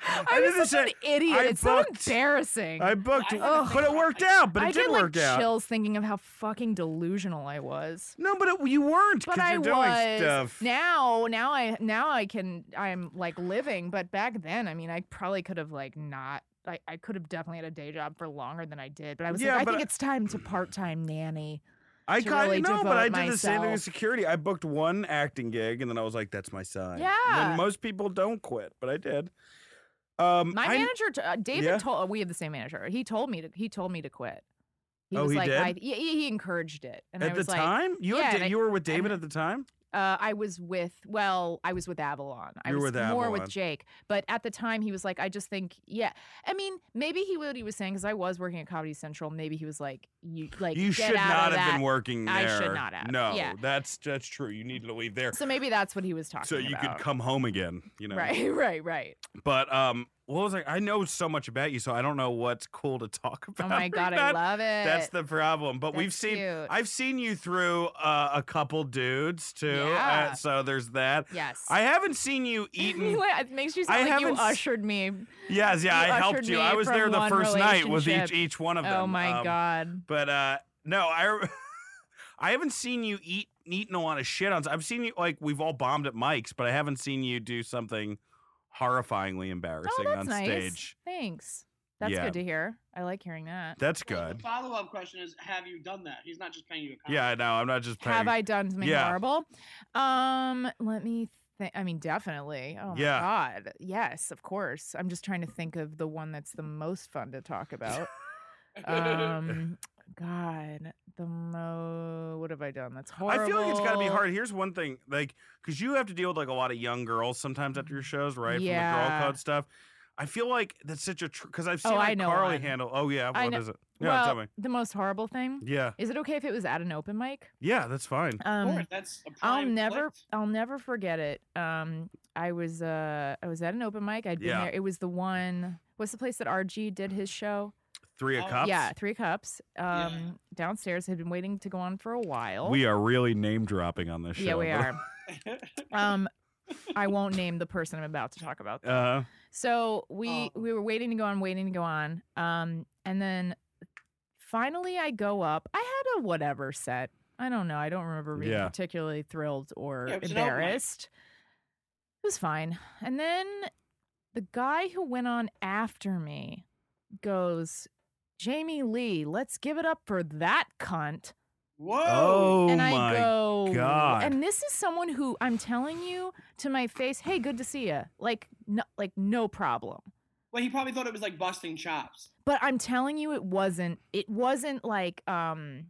[SPEAKER 1] I did the
[SPEAKER 3] was such an idiot.
[SPEAKER 1] I
[SPEAKER 3] it's so
[SPEAKER 1] booked-
[SPEAKER 3] embarrassing.
[SPEAKER 1] I booked,
[SPEAKER 2] Ugh.
[SPEAKER 1] but it worked out. But it
[SPEAKER 3] I
[SPEAKER 1] did
[SPEAKER 3] get like
[SPEAKER 1] work out.
[SPEAKER 3] chills thinking of how fucking delusional I was.
[SPEAKER 1] No, but it, you weren't
[SPEAKER 3] But
[SPEAKER 1] because
[SPEAKER 3] I
[SPEAKER 1] you're doing
[SPEAKER 3] was
[SPEAKER 1] stuff.
[SPEAKER 3] now. Now I now I can. I'm like living, but back then, I mean, I probably could have like not. I, I could have definitely had a day job for longer than I did, but I was
[SPEAKER 1] Yeah,
[SPEAKER 3] like, I
[SPEAKER 1] but
[SPEAKER 3] think
[SPEAKER 1] I-
[SPEAKER 3] it's time to part time nanny.
[SPEAKER 1] I
[SPEAKER 3] to
[SPEAKER 1] kind of
[SPEAKER 3] really
[SPEAKER 1] know, but I did
[SPEAKER 3] devote
[SPEAKER 1] the same thing with
[SPEAKER 3] myself.
[SPEAKER 1] security. I booked one acting gig, and then I was like, "That's my sign." And
[SPEAKER 3] Yeah.
[SPEAKER 1] then most people don't quit, but I did. Um,
[SPEAKER 3] My
[SPEAKER 1] I-
[SPEAKER 3] manager, t- uh, David,
[SPEAKER 1] Yeah?
[SPEAKER 3] told uh, we have the same manager. He told me to. He told me to quit. He
[SPEAKER 1] Oh,
[SPEAKER 3] was
[SPEAKER 1] he
[SPEAKER 3] like,
[SPEAKER 1] did?
[SPEAKER 3] I, he, he encouraged it, and I
[SPEAKER 1] at the
[SPEAKER 3] was like,
[SPEAKER 1] time you had
[SPEAKER 3] yeah,
[SPEAKER 1] Da-
[SPEAKER 3] and I-
[SPEAKER 1] you were with
[SPEAKER 3] and-
[SPEAKER 1] David at the time.
[SPEAKER 3] Uh, I was with, well, I was with Avalon. I
[SPEAKER 1] You were
[SPEAKER 3] was
[SPEAKER 1] with
[SPEAKER 3] more
[SPEAKER 1] Avalon.
[SPEAKER 3] with Jake. But at the time, he was like, I just think, yeah. I mean, maybe he what he was saying because I was working at Comedy Central. Maybe he was like, you like
[SPEAKER 1] you
[SPEAKER 3] get
[SPEAKER 1] should
[SPEAKER 3] out
[SPEAKER 1] not have
[SPEAKER 3] of that.
[SPEAKER 1] been working there.
[SPEAKER 3] I should not have,
[SPEAKER 1] No,
[SPEAKER 3] yeah.
[SPEAKER 1] that's that's true. You needed to leave there
[SPEAKER 3] So maybe that's what he was talking
[SPEAKER 1] so you
[SPEAKER 3] about.
[SPEAKER 1] could come home again. You know,
[SPEAKER 3] Right, right, right.
[SPEAKER 1] But um, what was I? I know so much about you, so I don't know what's cool to talk about.
[SPEAKER 3] Oh my
[SPEAKER 1] or
[SPEAKER 3] god, I
[SPEAKER 1] not.
[SPEAKER 3] love it.
[SPEAKER 1] That's the problem. But we've
[SPEAKER 3] That's
[SPEAKER 1] seen
[SPEAKER 3] cute.
[SPEAKER 1] I've seen you through uh, a couple dudes too.
[SPEAKER 3] Yeah.
[SPEAKER 1] Uh, so there's that.
[SPEAKER 3] yes.
[SPEAKER 1] I haven't seen you eating.
[SPEAKER 3] Anyway, it makes you
[SPEAKER 1] I
[SPEAKER 3] sound like you
[SPEAKER 1] haven't s-
[SPEAKER 3] ushered me.
[SPEAKER 1] yes, yeah,
[SPEAKER 3] You
[SPEAKER 1] I helped
[SPEAKER 3] ushered
[SPEAKER 1] you.
[SPEAKER 3] me
[SPEAKER 1] I was
[SPEAKER 3] from
[SPEAKER 1] there the
[SPEAKER 3] one
[SPEAKER 1] first night with each
[SPEAKER 3] relationship.
[SPEAKER 1] each one of them.
[SPEAKER 3] Oh my
[SPEAKER 1] um,
[SPEAKER 3] god.
[SPEAKER 1] But uh, no, I re- I haven't seen you eat eating a lot of shit on. I've seen you like we've all bombed at mics, but I haven't seen you do something horrifyingly
[SPEAKER 3] Oh,
[SPEAKER 1] embarrassing
[SPEAKER 3] that's
[SPEAKER 1] on
[SPEAKER 3] nice.
[SPEAKER 1] stage.
[SPEAKER 3] Thanks. That's
[SPEAKER 1] Yeah.
[SPEAKER 3] good to hear. I like hearing that.
[SPEAKER 1] That's
[SPEAKER 2] Well,
[SPEAKER 1] good.
[SPEAKER 2] The follow up question is, have you done that? He's not just paying you a compliment.
[SPEAKER 1] Yeah, I know. I'm not just paying.
[SPEAKER 3] Have I done something
[SPEAKER 1] Yeah.
[SPEAKER 3] horrible? Um, let me think. I mean, definitely. Oh my
[SPEAKER 1] Yeah.
[SPEAKER 3] god. Yes, of course. I'm just trying to think of the one that's the most fun to talk about. um, God, the mo. What have I done? That's horrible.
[SPEAKER 1] I feel like it's got to be hard. Here's one thing, like, because you have to deal with like a lot of young girls sometimes after your shows, right? From the girl
[SPEAKER 3] Mm, Yeah.
[SPEAKER 1] code stuff. I feel like that's such a because I've
[SPEAKER 3] Oh,
[SPEAKER 1] seen like
[SPEAKER 3] I know
[SPEAKER 1] Carly
[SPEAKER 3] one.
[SPEAKER 1] handle. Oh yeah,
[SPEAKER 3] I
[SPEAKER 1] what
[SPEAKER 3] know-
[SPEAKER 1] is it? Yeah,
[SPEAKER 3] well,
[SPEAKER 1] tell me.
[SPEAKER 3] the most horrible thing.
[SPEAKER 1] Yeah,
[SPEAKER 3] Is it okay if it was at an open mic?
[SPEAKER 1] yeah, that's fine.
[SPEAKER 2] Of
[SPEAKER 3] Um,
[SPEAKER 2] course, that's a
[SPEAKER 3] I'll
[SPEAKER 2] prime
[SPEAKER 3] never
[SPEAKER 2] flick.
[SPEAKER 3] I'll never forget it. Um I was uh I was at an open mic. I'd been
[SPEAKER 1] Yeah.
[SPEAKER 3] there. It was the one what's the place that RG did his show?
[SPEAKER 1] Three of
[SPEAKER 2] oh,
[SPEAKER 1] cups.
[SPEAKER 3] Uh, Yeah, Three Cups. Um
[SPEAKER 2] Yeah.
[SPEAKER 3] downstairs had been waiting to go on for a while.
[SPEAKER 1] We are really name dropping on this show.
[SPEAKER 3] yeah, we
[SPEAKER 1] but-
[SPEAKER 3] are. um I won't name the person I'm about to talk about. though.
[SPEAKER 1] Uh,
[SPEAKER 3] So we
[SPEAKER 2] Oh.
[SPEAKER 3] we were waiting to go on, waiting to go on. Um, and then finally I go up. I had a whatever set. I don't know. I don't remember being
[SPEAKER 1] Yeah.
[SPEAKER 3] particularly thrilled or
[SPEAKER 2] Yeah, it was an open mic.
[SPEAKER 3] embarrassed. It was fine. And then the guy who went on after me goes, Jamie Lee, let's give it up for that cunt.
[SPEAKER 2] Whoa.
[SPEAKER 1] oh
[SPEAKER 3] and I
[SPEAKER 1] my.
[SPEAKER 3] go,
[SPEAKER 1] God.
[SPEAKER 3] and this is someone who I'm telling you to my face, hey, good to see you. Like, no, like no problem
[SPEAKER 2] Well, he probably thought it was like busting chops.
[SPEAKER 3] but i'm telling you it wasn't it wasn't like um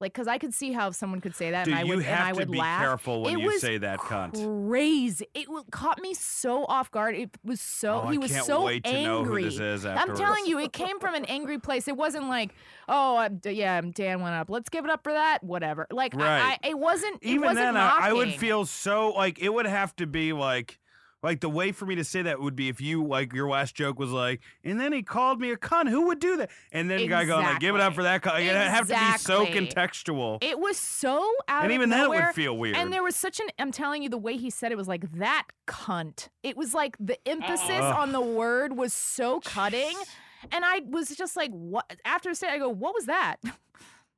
[SPEAKER 3] like because i could see how someone could say that
[SPEAKER 1] Do
[SPEAKER 3] and i
[SPEAKER 1] you
[SPEAKER 3] would and
[SPEAKER 1] have
[SPEAKER 3] i
[SPEAKER 1] to
[SPEAKER 3] would
[SPEAKER 1] be
[SPEAKER 3] laugh
[SPEAKER 1] careful when
[SPEAKER 3] It
[SPEAKER 1] you
[SPEAKER 3] was
[SPEAKER 1] say that cunt?
[SPEAKER 3] crazy it wa- caught me so off guard it was so
[SPEAKER 1] oh,
[SPEAKER 3] he
[SPEAKER 1] I
[SPEAKER 3] was
[SPEAKER 1] can't
[SPEAKER 3] so
[SPEAKER 1] wait to
[SPEAKER 3] angry
[SPEAKER 1] know who this is
[SPEAKER 3] I'm
[SPEAKER 1] afterwards.
[SPEAKER 3] telling you, it came from an angry place. It wasn't like, oh, uh, d- yeah, Dan went up. Let's give it up for that. Whatever. Like,
[SPEAKER 1] Right.
[SPEAKER 3] I, I, it wasn't. it
[SPEAKER 1] even
[SPEAKER 3] wasn't
[SPEAKER 1] then I, I would
[SPEAKER 3] knocking.
[SPEAKER 1] feel so like it would have to be like like the way for me to say that would be if you like your last joke was like and then he called me a cunt who would do that and then the guy going like give it up for that cunt like, it'd have to be so
[SPEAKER 3] Exactly.
[SPEAKER 1] contextual
[SPEAKER 3] It was so out.
[SPEAKER 1] and
[SPEAKER 3] of
[SPEAKER 1] even then it
[SPEAKER 3] nowhere.
[SPEAKER 1] would feel weird
[SPEAKER 3] And there was such an I'm telling you the way he said it was like that cunt. It was like the emphasis
[SPEAKER 1] Ugh.
[SPEAKER 3] on the word was so cutting and I was just like what after the I go what was that?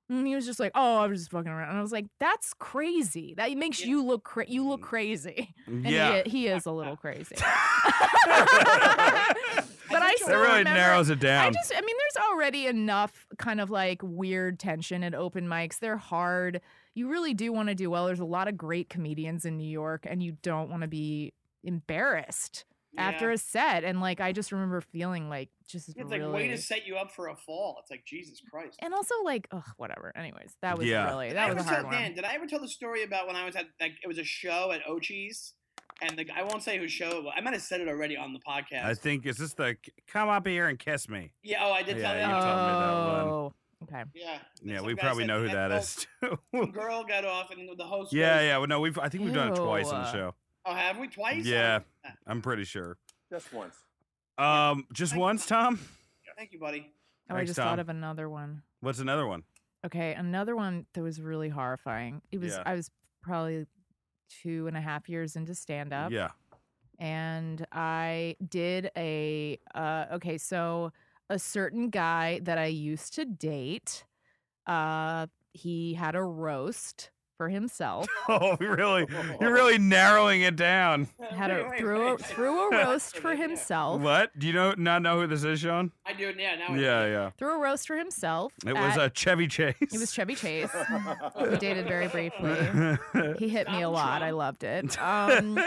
[SPEAKER 3] And he was just like, "Oh, I was just fucking around." And I was like, "That's crazy. That makes
[SPEAKER 2] Yeah.
[SPEAKER 3] you look cra- you look crazy." And
[SPEAKER 1] yeah
[SPEAKER 3] he, he is a little crazy. but
[SPEAKER 1] that
[SPEAKER 3] I
[SPEAKER 2] That
[SPEAKER 3] still
[SPEAKER 1] really
[SPEAKER 3] remember-
[SPEAKER 1] narrows it
[SPEAKER 3] I
[SPEAKER 1] down
[SPEAKER 3] just, I mean, there's already enough kind of like weird tension at open mics. They're hard. You really do want to do well. There's a lot of great comedians in New York, and you don't want to be embarrassed after a set, and like I just remember feeling like just
[SPEAKER 2] Yeah, it's
[SPEAKER 3] really.
[SPEAKER 2] like way to set you up for a fall. It's like Jesus Christ.
[SPEAKER 3] and also like, ugh, whatever. Anyways, that was
[SPEAKER 1] Yeah.
[SPEAKER 3] really
[SPEAKER 2] Did
[SPEAKER 3] that
[SPEAKER 2] I
[SPEAKER 3] was a
[SPEAKER 2] ever
[SPEAKER 3] hard
[SPEAKER 2] tell,
[SPEAKER 3] one.
[SPEAKER 2] Dan, did I ever tell the story about when I was at like it was a show at Ochi's, and the, I won't say whose show it was. I might have said it already on the podcast.
[SPEAKER 1] I think is this the c- come up here and kiss me?
[SPEAKER 2] yeah. Oh, I did tell
[SPEAKER 1] Yeah, you
[SPEAKER 2] that.
[SPEAKER 1] told me that one.
[SPEAKER 3] oh, okay.
[SPEAKER 2] yeah.
[SPEAKER 1] Yeah,
[SPEAKER 2] some
[SPEAKER 1] we
[SPEAKER 2] guy
[SPEAKER 1] probably
[SPEAKER 2] said
[SPEAKER 1] know who that
[SPEAKER 2] that girl-
[SPEAKER 1] is too.
[SPEAKER 2] Some girl got off, and the host.
[SPEAKER 1] yeah,
[SPEAKER 2] goes,
[SPEAKER 1] yeah. well, No, we've. I think we've done it twice on the
[SPEAKER 3] Ew.
[SPEAKER 1] show.
[SPEAKER 2] Oh, have we twice? Oh,
[SPEAKER 1] Yeah. I'm pretty sure.
[SPEAKER 4] Just once.
[SPEAKER 1] Um, just
[SPEAKER 2] Thank
[SPEAKER 1] once,
[SPEAKER 2] you.
[SPEAKER 1] Tom.
[SPEAKER 2] Thank you, buddy.
[SPEAKER 3] Oh, I
[SPEAKER 1] Thanks,
[SPEAKER 3] just
[SPEAKER 1] Tom.
[SPEAKER 3] thought of another one.
[SPEAKER 1] What's another one?
[SPEAKER 3] Okay, another one that was really horrifying. It was
[SPEAKER 1] Yeah.
[SPEAKER 3] I was probably two and a half years into stand up.
[SPEAKER 1] Yeah.
[SPEAKER 3] and I did a uh, okay. So a certain guy that I used to date, uh, he had a roast for himself.
[SPEAKER 1] Oh, we really, you're really narrowing it down.
[SPEAKER 3] Had
[SPEAKER 2] Wait,
[SPEAKER 3] a
[SPEAKER 2] wait,
[SPEAKER 3] threw a,
[SPEAKER 2] wait.
[SPEAKER 3] threw a roast for
[SPEAKER 2] Yeah.
[SPEAKER 3] himself.
[SPEAKER 1] What? Do you know? Not know who this is, Sean?
[SPEAKER 2] I do it. Yeah. Now. I do.
[SPEAKER 1] Yeah, yeah.
[SPEAKER 3] Threw a roast for himself.
[SPEAKER 1] It was
[SPEAKER 3] at-
[SPEAKER 1] a Chevy Chase.
[SPEAKER 3] It was Chevy Chase. we dated very briefly. He hit me a
[SPEAKER 2] Donald
[SPEAKER 3] lot. I
[SPEAKER 2] Trump.
[SPEAKER 3] loved it. Um,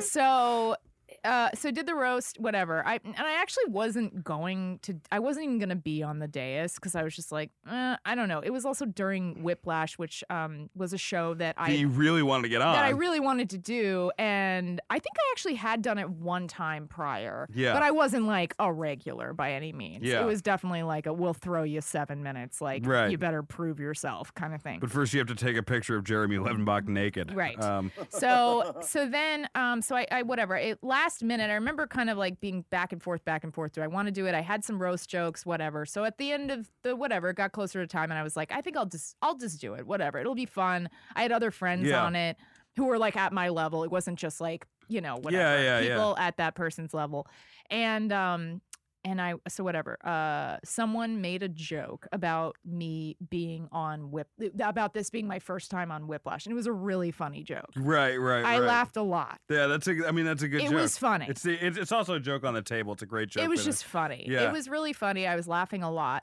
[SPEAKER 3] so uh so did the roast whatever i and i actually wasn't going to i wasn't even gonna be on the dais because i was just like eh, i don't know it was also during whiplash which um was a show that i
[SPEAKER 1] he really wanted to get on.
[SPEAKER 3] that i really wanted to do and i think i actually had done it one time prior
[SPEAKER 1] Yeah.
[SPEAKER 3] but i wasn't like a regular by any means
[SPEAKER 1] Yeah.
[SPEAKER 3] it was definitely like a we'll throw you seven minutes like
[SPEAKER 1] Right.
[SPEAKER 3] you better prove yourself kind of thing
[SPEAKER 1] but first, you have to take a picture of Jeremy Levenbach naked.
[SPEAKER 3] Right.
[SPEAKER 1] Um,
[SPEAKER 3] so so then um so I, I whatever it last minute i remember kind of like being back and forth back and forth do i want to do it i had some roast jokes whatever so at the end of the whatever it got closer to time and i was like i think i'll just i'll just do it whatever it'll be fun i had other friends
[SPEAKER 1] Yeah.
[SPEAKER 3] on it who were like at my level it wasn't just like you know whatever
[SPEAKER 1] yeah, yeah.
[SPEAKER 3] people at that person's level and um and i so whatever uh someone made a joke about me being on whip about this being my first time on whiplash and it was a really funny joke
[SPEAKER 1] right, right, right.
[SPEAKER 3] I laughed a lot.
[SPEAKER 1] Yeah, that's a. I mean, that's a good
[SPEAKER 3] it
[SPEAKER 1] joke.
[SPEAKER 3] was funny.
[SPEAKER 1] it's the. It's, it's also a joke on the table. It's a great joke.
[SPEAKER 3] it was
[SPEAKER 1] but
[SPEAKER 3] just funny.
[SPEAKER 1] Yeah.
[SPEAKER 3] It was really funny. I was laughing a lot.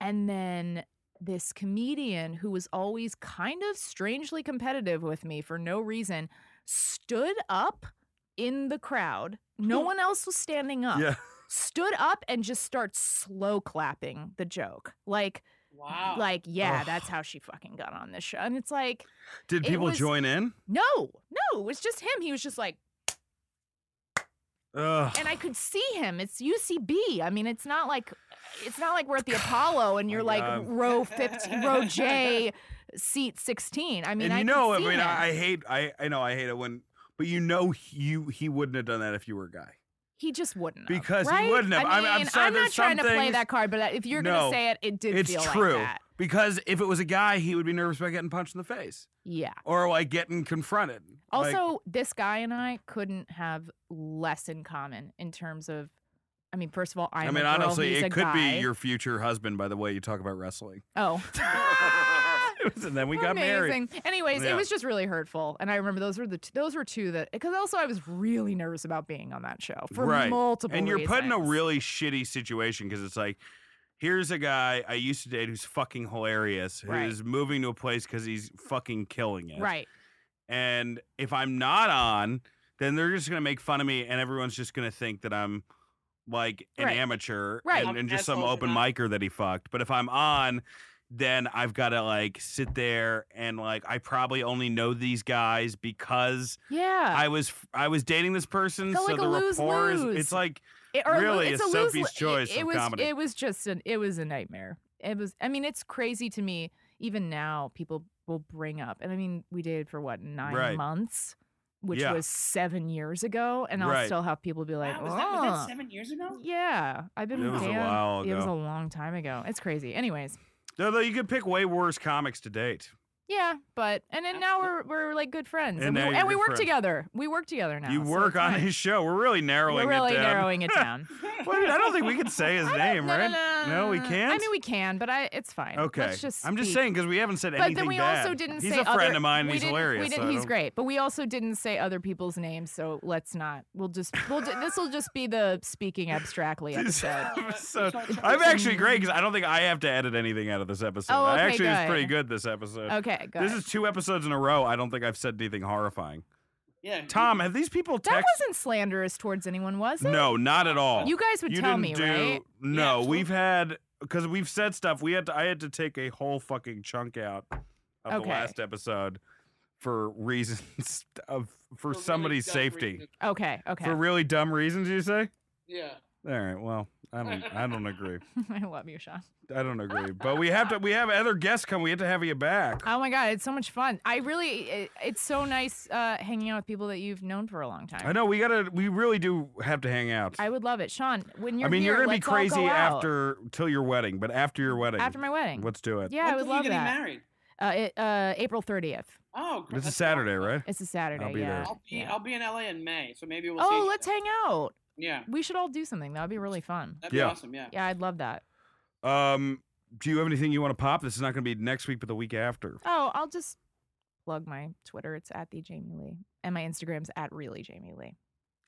[SPEAKER 3] And then this comedian who was always kind of strangely competitive with me for no reason stood up in the crowd. No one else was standing up.
[SPEAKER 1] Yeah.
[SPEAKER 3] Stood up and just starts slow clapping the joke. Like
[SPEAKER 2] Wow.
[SPEAKER 3] like yeah,
[SPEAKER 1] Ugh.
[SPEAKER 3] that's how she fucking got on this show. And it's like
[SPEAKER 1] Did
[SPEAKER 3] it
[SPEAKER 1] people
[SPEAKER 3] was-
[SPEAKER 1] join in?
[SPEAKER 3] no, no, it was just him. He was just like
[SPEAKER 1] Ugh.
[SPEAKER 3] and I could see him. It's UCB. I mean, it's not like it's not like we're at the Apollo and you're
[SPEAKER 1] My
[SPEAKER 3] like
[SPEAKER 1] God.
[SPEAKER 3] row 15, row J, seat 16. I mean,
[SPEAKER 1] and
[SPEAKER 3] I
[SPEAKER 1] you know,
[SPEAKER 3] could
[SPEAKER 1] I
[SPEAKER 3] see
[SPEAKER 1] mean,
[SPEAKER 3] him.
[SPEAKER 1] I, I hate, I, I know, I hate it when, but you know, he- you he wouldn't have done that if you were a guy.
[SPEAKER 3] he just wouldn't have,
[SPEAKER 1] Because he
[SPEAKER 3] right?
[SPEAKER 1] wouldn't have.
[SPEAKER 3] I
[SPEAKER 1] I'm-
[SPEAKER 3] mean,
[SPEAKER 1] I'm sorry,
[SPEAKER 3] not
[SPEAKER 1] there's
[SPEAKER 3] trying to
[SPEAKER 1] some
[SPEAKER 3] play
[SPEAKER 1] things-
[SPEAKER 3] that card, but if you're gonna
[SPEAKER 1] No.
[SPEAKER 3] say it, it did
[SPEAKER 1] It's
[SPEAKER 3] feel
[SPEAKER 1] true.
[SPEAKER 3] like that.
[SPEAKER 1] Because if it was a guy, he would be nervous about getting punched in the face
[SPEAKER 3] Yeah.
[SPEAKER 1] or like getting confronted. Like,
[SPEAKER 3] Also, this guy and I couldn't have less in common in terms of. I mean, first of all, I'm
[SPEAKER 1] I mean,
[SPEAKER 3] a girl,
[SPEAKER 1] honestly,
[SPEAKER 3] he's
[SPEAKER 1] it
[SPEAKER 3] a
[SPEAKER 1] could
[SPEAKER 3] guy.
[SPEAKER 1] be your future husband by the way you talk about wrestling.
[SPEAKER 3] Oh.
[SPEAKER 1] and then we got married.
[SPEAKER 3] Amazing. Anyways,
[SPEAKER 1] Yeah.
[SPEAKER 3] it was just really hurtful, and I remember those were the t- those were two that because also I was really nervous about being on that show for
[SPEAKER 1] Right.
[SPEAKER 3] multiple.
[SPEAKER 1] And you're put in a
[SPEAKER 3] reasons.
[SPEAKER 1] really shitty situation because it's like, here's a guy I used to date who's fucking hilarious, who's
[SPEAKER 3] Right.
[SPEAKER 1] moving to a place because he's fucking killing it.
[SPEAKER 3] right.
[SPEAKER 1] And if I'm not on, then they're just gonna make fun of me, and everyone's just gonna think that I'm like an
[SPEAKER 3] Right.
[SPEAKER 1] amateur
[SPEAKER 3] Right.
[SPEAKER 1] and, and just some
[SPEAKER 2] Asshole for
[SPEAKER 1] open
[SPEAKER 2] not-
[SPEAKER 1] micer that he fucked. But if I'm on, then I've got to like sit there and like I probably only know these guys because
[SPEAKER 3] Yeah.
[SPEAKER 1] I was I was dating this person,
[SPEAKER 3] Felt
[SPEAKER 1] so
[SPEAKER 3] Uh. like
[SPEAKER 1] the
[SPEAKER 3] a
[SPEAKER 1] rapport is
[SPEAKER 3] lose-lose.
[SPEAKER 1] it's like
[SPEAKER 3] It- or a lo-
[SPEAKER 1] really
[SPEAKER 3] it's
[SPEAKER 1] is
[SPEAKER 3] a lose
[SPEAKER 1] Sophie's
[SPEAKER 3] li-
[SPEAKER 1] choice
[SPEAKER 3] It, it
[SPEAKER 1] of
[SPEAKER 3] was.
[SPEAKER 1] comedy.
[SPEAKER 3] It was just an. It was a nightmare. It was. I mean, it's crazy to me. Even now, people will bring up, and I mean, we dated for what nine
[SPEAKER 1] Right.
[SPEAKER 3] months, which
[SPEAKER 1] Yeah.
[SPEAKER 3] was seven years ago, and I'll
[SPEAKER 1] Right.
[SPEAKER 3] still have people be like,
[SPEAKER 2] Wow, was, that, was
[SPEAKER 3] "Oh."
[SPEAKER 2] that seven years ago?
[SPEAKER 3] Yeah, I've been
[SPEAKER 1] It
[SPEAKER 3] with
[SPEAKER 1] was a
[SPEAKER 3] Dan-
[SPEAKER 1] while
[SPEAKER 3] It was a
[SPEAKER 1] ago.
[SPEAKER 3] long time ago. It's crazy. Anyways,
[SPEAKER 1] though you could pick way worse comics to date.
[SPEAKER 3] yeah, but and then now we're we're like good friends,
[SPEAKER 1] And
[SPEAKER 3] and,
[SPEAKER 1] now
[SPEAKER 3] we,
[SPEAKER 1] you're
[SPEAKER 3] and we
[SPEAKER 1] good
[SPEAKER 3] work
[SPEAKER 1] friends.
[SPEAKER 3] together. We work together now.
[SPEAKER 1] you
[SPEAKER 3] so
[SPEAKER 1] work
[SPEAKER 3] it's
[SPEAKER 1] on
[SPEAKER 3] fine.
[SPEAKER 1] his show. We're really narrowing
[SPEAKER 3] We're really
[SPEAKER 1] it down.
[SPEAKER 3] narrowing it down.
[SPEAKER 1] Well, I don't think we can say his name,
[SPEAKER 3] no, no,
[SPEAKER 1] right?
[SPEAKER 3] no,
[SPEAKER 1] we
[SPEAKER 3] no. I
[SPEAKER 1] can't?
[SPEAKER 3] mean, we can, but I it's fine.
[SPEAKER 1] Okay.
[SPEAKER 3] Let's just
[SPEAKER 1] I'm just
[SPEAKER 3] speak.
[SPEAKER 1] saying because we haven't said
[SPEAKER 3] But
[SPEAKER 1] anything
[SPEAKER 3] then we
[SPEAKER 1] bad.
[SPEAKER 3] also didn't
[SPEAKER 1] he's
[SPEAKER 3] say
[SPEAKER 1] a friend
[SPEAKER 3] other-
[SPEAKER 1] of mine. and
[SPEAKER 3] we
[SPEAKER 1] He's
[SPEAKER 3] didn't- we
[SPEAKER 1] hilarious.
[SPEAKER 3] didn't-
[SPEAKER 1] so I
[SPEAKER 3] he's
[SPEAKER 1] don't-
[SPEAKER 3] great, but we also didn't say other people's names, so let's not. We'll just we'll ju- this will just be the speaking abstractly
[SPEAKER 1] This
[SPEAKER 3] episode.
[SPEAKER 1] episode-
[SPEAKER 2] It's like-
[SPEAKER 1] I'm actually great because I don't think I have to edit anything out of this episode.
[SPEAKER 3] Oh,
[SPEAKER 1] I
[SPEAKER 3] okay,
[SPEAKER 1] actually was
[SPEAKER 3] good.
[SPEAKER 1] pretty good this episode.
[SPEAKER 3] Okay, good.
[SPEAKER 1] This is two episodes in a row. I don't think I've said anything horrifying.
[SPEAKER 2] Yeah.
[SPEAKER 1] Tom, have these people
[SPEAKER 3] That
[SPEAKER 1] texted?
[SPEAKER 3] wasn't slanderous towards anyone, was it?
[SPEAKER 1] No, not at all.
[SPEAKER 3] You guys would
[SPEAKER 1] You
[SPEAKER 3] tell
[SPEAKER 1] didn't
[SPEAKER 3] me,
[SPEAKER 1] do.
[SPEAKER 3] right?
[SPEAKER 1] No,
[SPEAKER 2] absolutely.
[SPEAKER 1] we've had because we've said stuff. We had to. I had to take a whole fucking chunk out of the
[SPEAKER 3] Okay.
[SPEAKER 1] last episode for reasons of for,
[SPEAKER 2] really
[SPEAKER 1] somebody's
[SPEAKER 2] dumb
[SPEAKER 1] safety.
[SPEAKER 2] reasons.
[SPEAKER 3] Okay, okay.
[SPEAKER 1] For really dumb reasons, you say?
[SPEAKER 2] Yeah.
[SPEAKER 1] All right. Well, I don't. I don't agree.
[SPEAKER 3] I love you, Sean.
[SPEAKER 1] I don't agree. But we have to. We have other guests come. We have to have you back.
[SPEAKER 3] Oh my god, it's so much fun. I really, it, it's so nice uh, hanging out with people that you've known for a long time.
[SPEAKER 1] I know we gotta. We really do have to hang out.
[SPEAKER 3] I would love it, Sean. When
[SPEAKER 1] I
[SPEAKER 3] you're,
[SPEAKER 1] mean,
[SPEAKER 3] here,
[SPEAKER 1] you're gonna be
[SPEAKER 3] let's all go
[SPEAKER 1] crazy
[SPEAKER 3] out.
[SPEAKER 1] after till your wedding, but after your wedding,
[SPEAKER 3] after my wedding.
[SPEAKER 1] let's do it.
[SPEAKER 3] yeah,
[SPEAKER 2] When
[SPEAKER 3] I would
[SPEAKER 2] are you
[SPEAKER 3] love
[SPEAKER 2] getting
[SPEAKER 3] that.
[SPEAKER 2] married?
[SPEAKER 3] Uh, it, uh, April thirtieth.
[SPEAKER 2] Oh, great.
[SPEAKER 1] This is
[SPEAKER 2] That's
[SPEAKER 1] Saturday,
[SPEAKER 2] awesome.
[SPEAKER 1] right?
[SPEAKER 3] It's a Saturday.
[SPEAKER 1] be
[SPEAKER 3] yeah.
[SPEAKER 1] there.
[SPEAKER 2] I'll be
[SPEAKER 3] yeah.
[SPEAKER 2] I'll be in LA in May, so maybe we'll. see
[SPEAKER 3] oh,
[SPEAKER 2] each
[SPEAKER 3] let's
[SPEAKER 2] other.
[SPEAKER 3] hang out.
[SPEAKER 2] Yeah,
[SPEAKER 3] We should all do something. That would be really fun.
[SPEAKER 2] that'd be
[SPEAKER 1] Yeah.
[SPEAKER 2] awesome. Yeah.
[SPEAKER 3] Yeah, I'd love that.
[SPEAKER 1] Um, do you have anything you want to pop? This is not going to be next week, but the week after.
[SPEAKER 3] Oh, I'll just plug my Twitter. It's at the Jamie Lee, and my Instagram's at really Jamie Lee.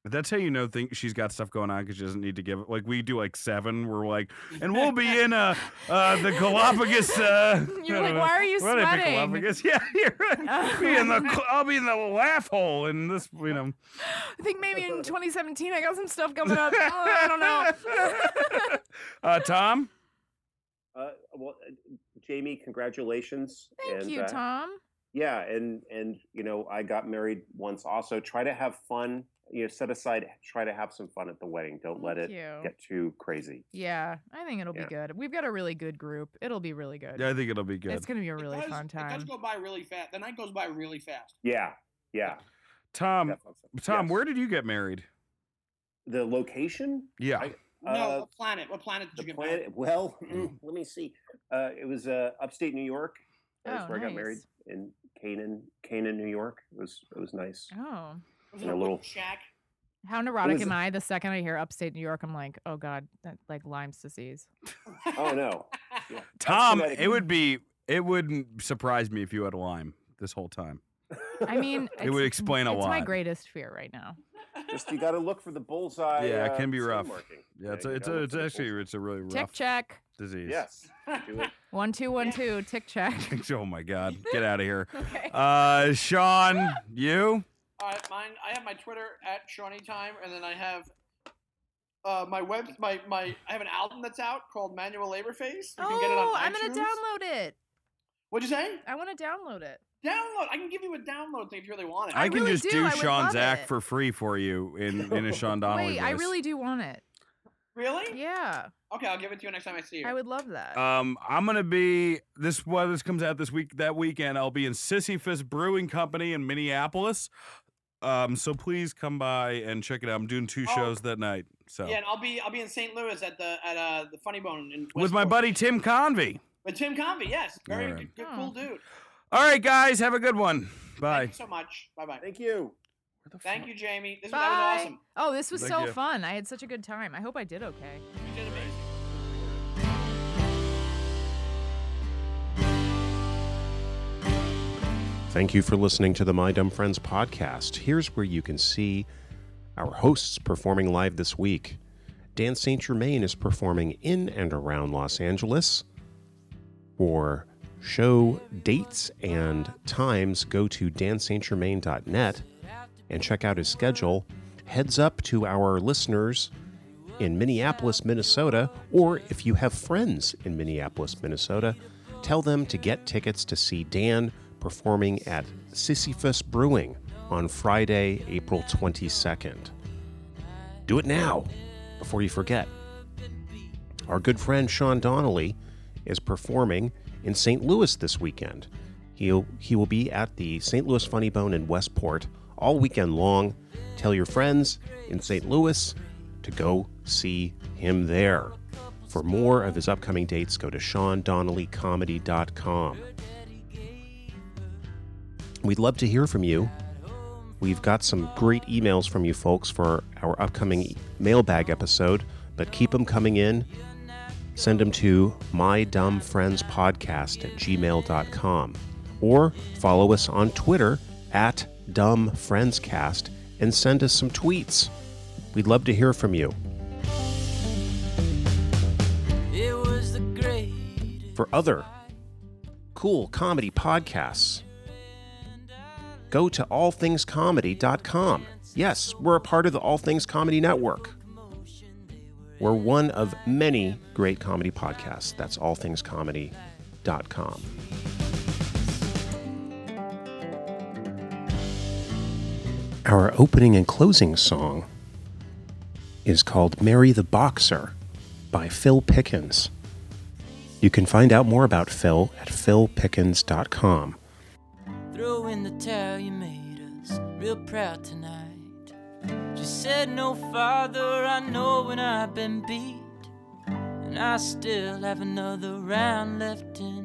[SPEAKER 1] That's how you know think she's got stuff going on because she doesn't need to give it. Like we do, like seven. We're like, and we'll be in uh, uh the Galapagos. Uh,
[SPEAKER 3] You're
[SPEAKER 1] I
[SPEAKER 3] like,
[SPEAKER 1] don't know.
[SPEAKER 3] why are you
[SPEAKER 1] What did I pick,
[SPEAKER 3] sweating? Oh.
[SPEAKER 1] Galapagos? Yeah, you're right. Be in the, cl- I'll be in the laugh hole in this. You know.
[SPEAKER 3] I think maybe in 2017 I got some stuff coming up. Uh, I don't know.
[SPEAKER 1] uh, Tom.
[SPEAKER 4] Uh, well, uh, Jamie, congratulations.
[SPEAKER 3] Thank
[SPEAKER 4] and,
[SPEAKER 3] you,
[SPEAKER 4] uh,
[SPEAKER 3] Tom.
[SPEAKER 4] Yeah, and and you know, I got married once. Also, try to have fun. You know, set aside. Try to have some fun at the wedding. Don't let it
[SPEAKER 3] Thank you.
[SPEAKER 4] get too crazy.
[SPEAKER 3] Yeah, I think it'll
[SPEAKER 4] Yeah.
[SPEAKER 3] be good. We've got a really good group. It'll be really good.
[SPEAKER 1] Yeah, I think it'll be good.
[SPEAKER 3] it's gonna be a
[SPEAKER 2] It
[SPEAKER 3] really
[SPEAKER 2] does-
[SPEAKER 3] fun
[SPEAKER 2] It does
[SPEAKER 3] time.
[SPEAKER 2] go by really fast. The night goes by really fast.
[SPEAKER 4] Yeah, yeah.
[SPEAKER 1] Tom.
[SPEAKER 4] definitely.
[SPEAKER 1] um, Tom,
[SPEAKER 4] Yes.
[SPEAKER 1] where did you get married?
[SPEAKER 4] the location?
[SPEAKER 1] Yeah.
[SPEAKER 4] I-
[SPEAKER 2] no,
[SPEAKER 4] Uh,
[SPEAKER 2] what planet? What planet did
[SPEAKER 4] The
[SPEAKER 2] you get
[SPEAKER 4] planet. Well,
[SPEAKER 1] Hmm.
[SPEAKER 4] mm, let me see. Uh, it was uh, upstate New York. That's
[SPEAKER 3] Oh,
[SPEAKER 4] where I got married in Canaan, Canaan, New York. It was it was nice.
[SPEAKER 3] Oh,
[SPEAKER 2] married? Was
[SPEAKER 4] in
[SPEAKER 2] it a
[SPEAKER 4] a little-
[SPEAKER 2] little shack?
[SPEAKER 3] how neurotic
[SPEAKER 4] was-
[SPEAKER 3] am I? The second I hear upstate New York, I'm like, oh god, that, like Lyme's disease.
[SPEAKER 4] Oh no,
[SPEAKER 1] Tom,
[SPEAKER 4] That's
[SPEAKER 1] it would be. It wouldn't surprise me if you had Lyme this whole time.
[SPEAKER 3] I mean,
[SPEAKER 1] It would
[SPEAKER 3] it's-
[SPEAKER 1] explain a
[SPEAKER 3] It's my
[SPEAKER 1] lot.
[SPEAKER 3] greatest fear right now.
[SPEAKER 4] just you got to look for the bullseye.
[SPEAKER 1] Yeah, it
[SPEAKER 4] uh,
[SPEAKER 1] can be
[SPEAKER 4] sun
[SPEAKER 1] rough.
[SPEAKER 4] marking.
[SPEAKER 1] Yeah, it's a,
[SPEAKER 4] you
[SPEAKER 1] it's a,
[SPEAKER 4] gotta look
[SPEAKER 1] it's
[SPEAKER 4] for the
[SPEAKER 1] actually it's a really
[SPEAKER 3] Tick
[SPEAKER 1] rough
[SPEAKER 3] check.
[SPEAKER 1] disease.
[SPEAKER 4] bullseye. yes. Do it.
[SPEAKER 3] One two one two. Tick check.
[SPEAKER 1] oh my God, get out of here.
[SPEAKER 3] okay.
[SPEAKER 1] Uh, Sean, you?
[SPEAKER 2] All right, mine. I have my Twitter at Shawnee Time, and then I have uh, my web. My my. I have an album that's out called Manual Labor Phase. You can get it on
[SPEAKER 3] Oh, I'm gonna
[SPEAKER 2] iTunes.
[SPEAKER 3] download it.
[SPEAKER 2] What'd you say?
[SPEAKER 3] I want to download it.
[SPEAKER 2] Download. I can give you a download thing if you really want it.
[SPEAKER 1] I, can
[SPEAKER 3] really
[SPEAKER 1] just
[SPEAKER 3] do.
[SPEAKER 1] do
[SPEAKER 3] I would
[SPEAKER 1] Sean's
[SPEAKER 3] love
[SPEAKER 1] act
[SPEAKER 3] it.
[SPEAKER 1] for free for you in, in a Sean Donnelly
[SPEAKER 3] Wait, I
[SPEAKER 1] voice.
[SPEAKER 3] really do want it.
[SPEAKER 2] really?
[SPEAKER 3] Yeah,
[SPEAKER 2] Okay, I'll give it to you next time I see you.
[SPEAKER 3] I would love that.
[SPEAKER 1] Um, I'm gonna be this. Well, this comes out this week. That weekend, I'll be in Sisyphus Brewing Company in Minneapolis. Um, so please come by and check it out. I'm doing two
[SPEAKER 2] Oh.
[SPEAKER 1] shows that night. So
[SPEAKER 2] Yeah, and I'll be I'll be in St. Louis at the at uh the Funny Bone in
[SPEAKER 1] with my
[SPEAKER 2] Westport.
[SPEAKER 1] buddy Tim Convey.
[SPEAKER 2] With Tim Convey, yes, very
[SPEAKER 1] Alright.
[SPEAKER 2] good, good,
[SPEAKER 3] Oh.
[SPEAKER 2] cool dude.
[SPEAKER 1] All right, guys, have a good one. Bye.
[SPEAKER 2] Thank you so much. Bye bye.
[SPEAKER 4] Thank you.
[SPEAKER 2] Thank you, Jamie. This
[SPEAKER 3] Bye.
[SPEAKER 2] that was awesome.
[SPEAKER 3] Oh, this was
[SPEAKER 1] Thank
[SPEAKER 3] so
[SPEAKER 1] you.
[SPEAKER 3] fun. I had such a good time. I hope I did okay.
[SPEAKER 2] You did amazing.
[SPEAKER 5] Thank you for listening to the My Dumb Friends podcast. Here's where you can see our hosts performing live this week. Dan St. Germain is performing in and around Los Angeles. For show dates and times, go to danstgermain.net and check out his schedule. Heads up to our listeners in Minneapolis, Minnesota, or if you have friends in Minneapolis, Minnesota, tell them to get tickets to see Dan performing at Sisyphus Brewing on Friday, April 22nd. Do it now before you forget. Our good friend Sean Donnelly is performing in St. Louis this weekend. He'll, he will be at the St. Louis Funny Bone in Westport all weekend long. Tell your friends in St. Louis to go see him there. For more of his upcoming dates, go to SeanDonnellyComedy.com. We'd love to hear from you. We've got some great emails from you folks for our upcoming mailbag episode, but keep them coming in send them to mydumbfriendspodcast at gmail.com or follow us on Twitter at dumbfriendscast and send us some tweets. We'd love to hear from you.
[SPEAKER 6] It was the great.
[SPEAKER 5] For other cool comedy podcasts, go to allthingscomedy.com. Yes, we're a part of the All Things Comedy Network. We're one of many great comedy podcasts. That's allthingscomedy.com. Our opening and closing song is called Mary the Boxer by Phil Pickens. You can find out more about Phil at philpickens.com.
[SPEAKER 6] Throw in the towel, you made us real proud tonight. She said, No, father, I know when I've been beat, and I still have another round left in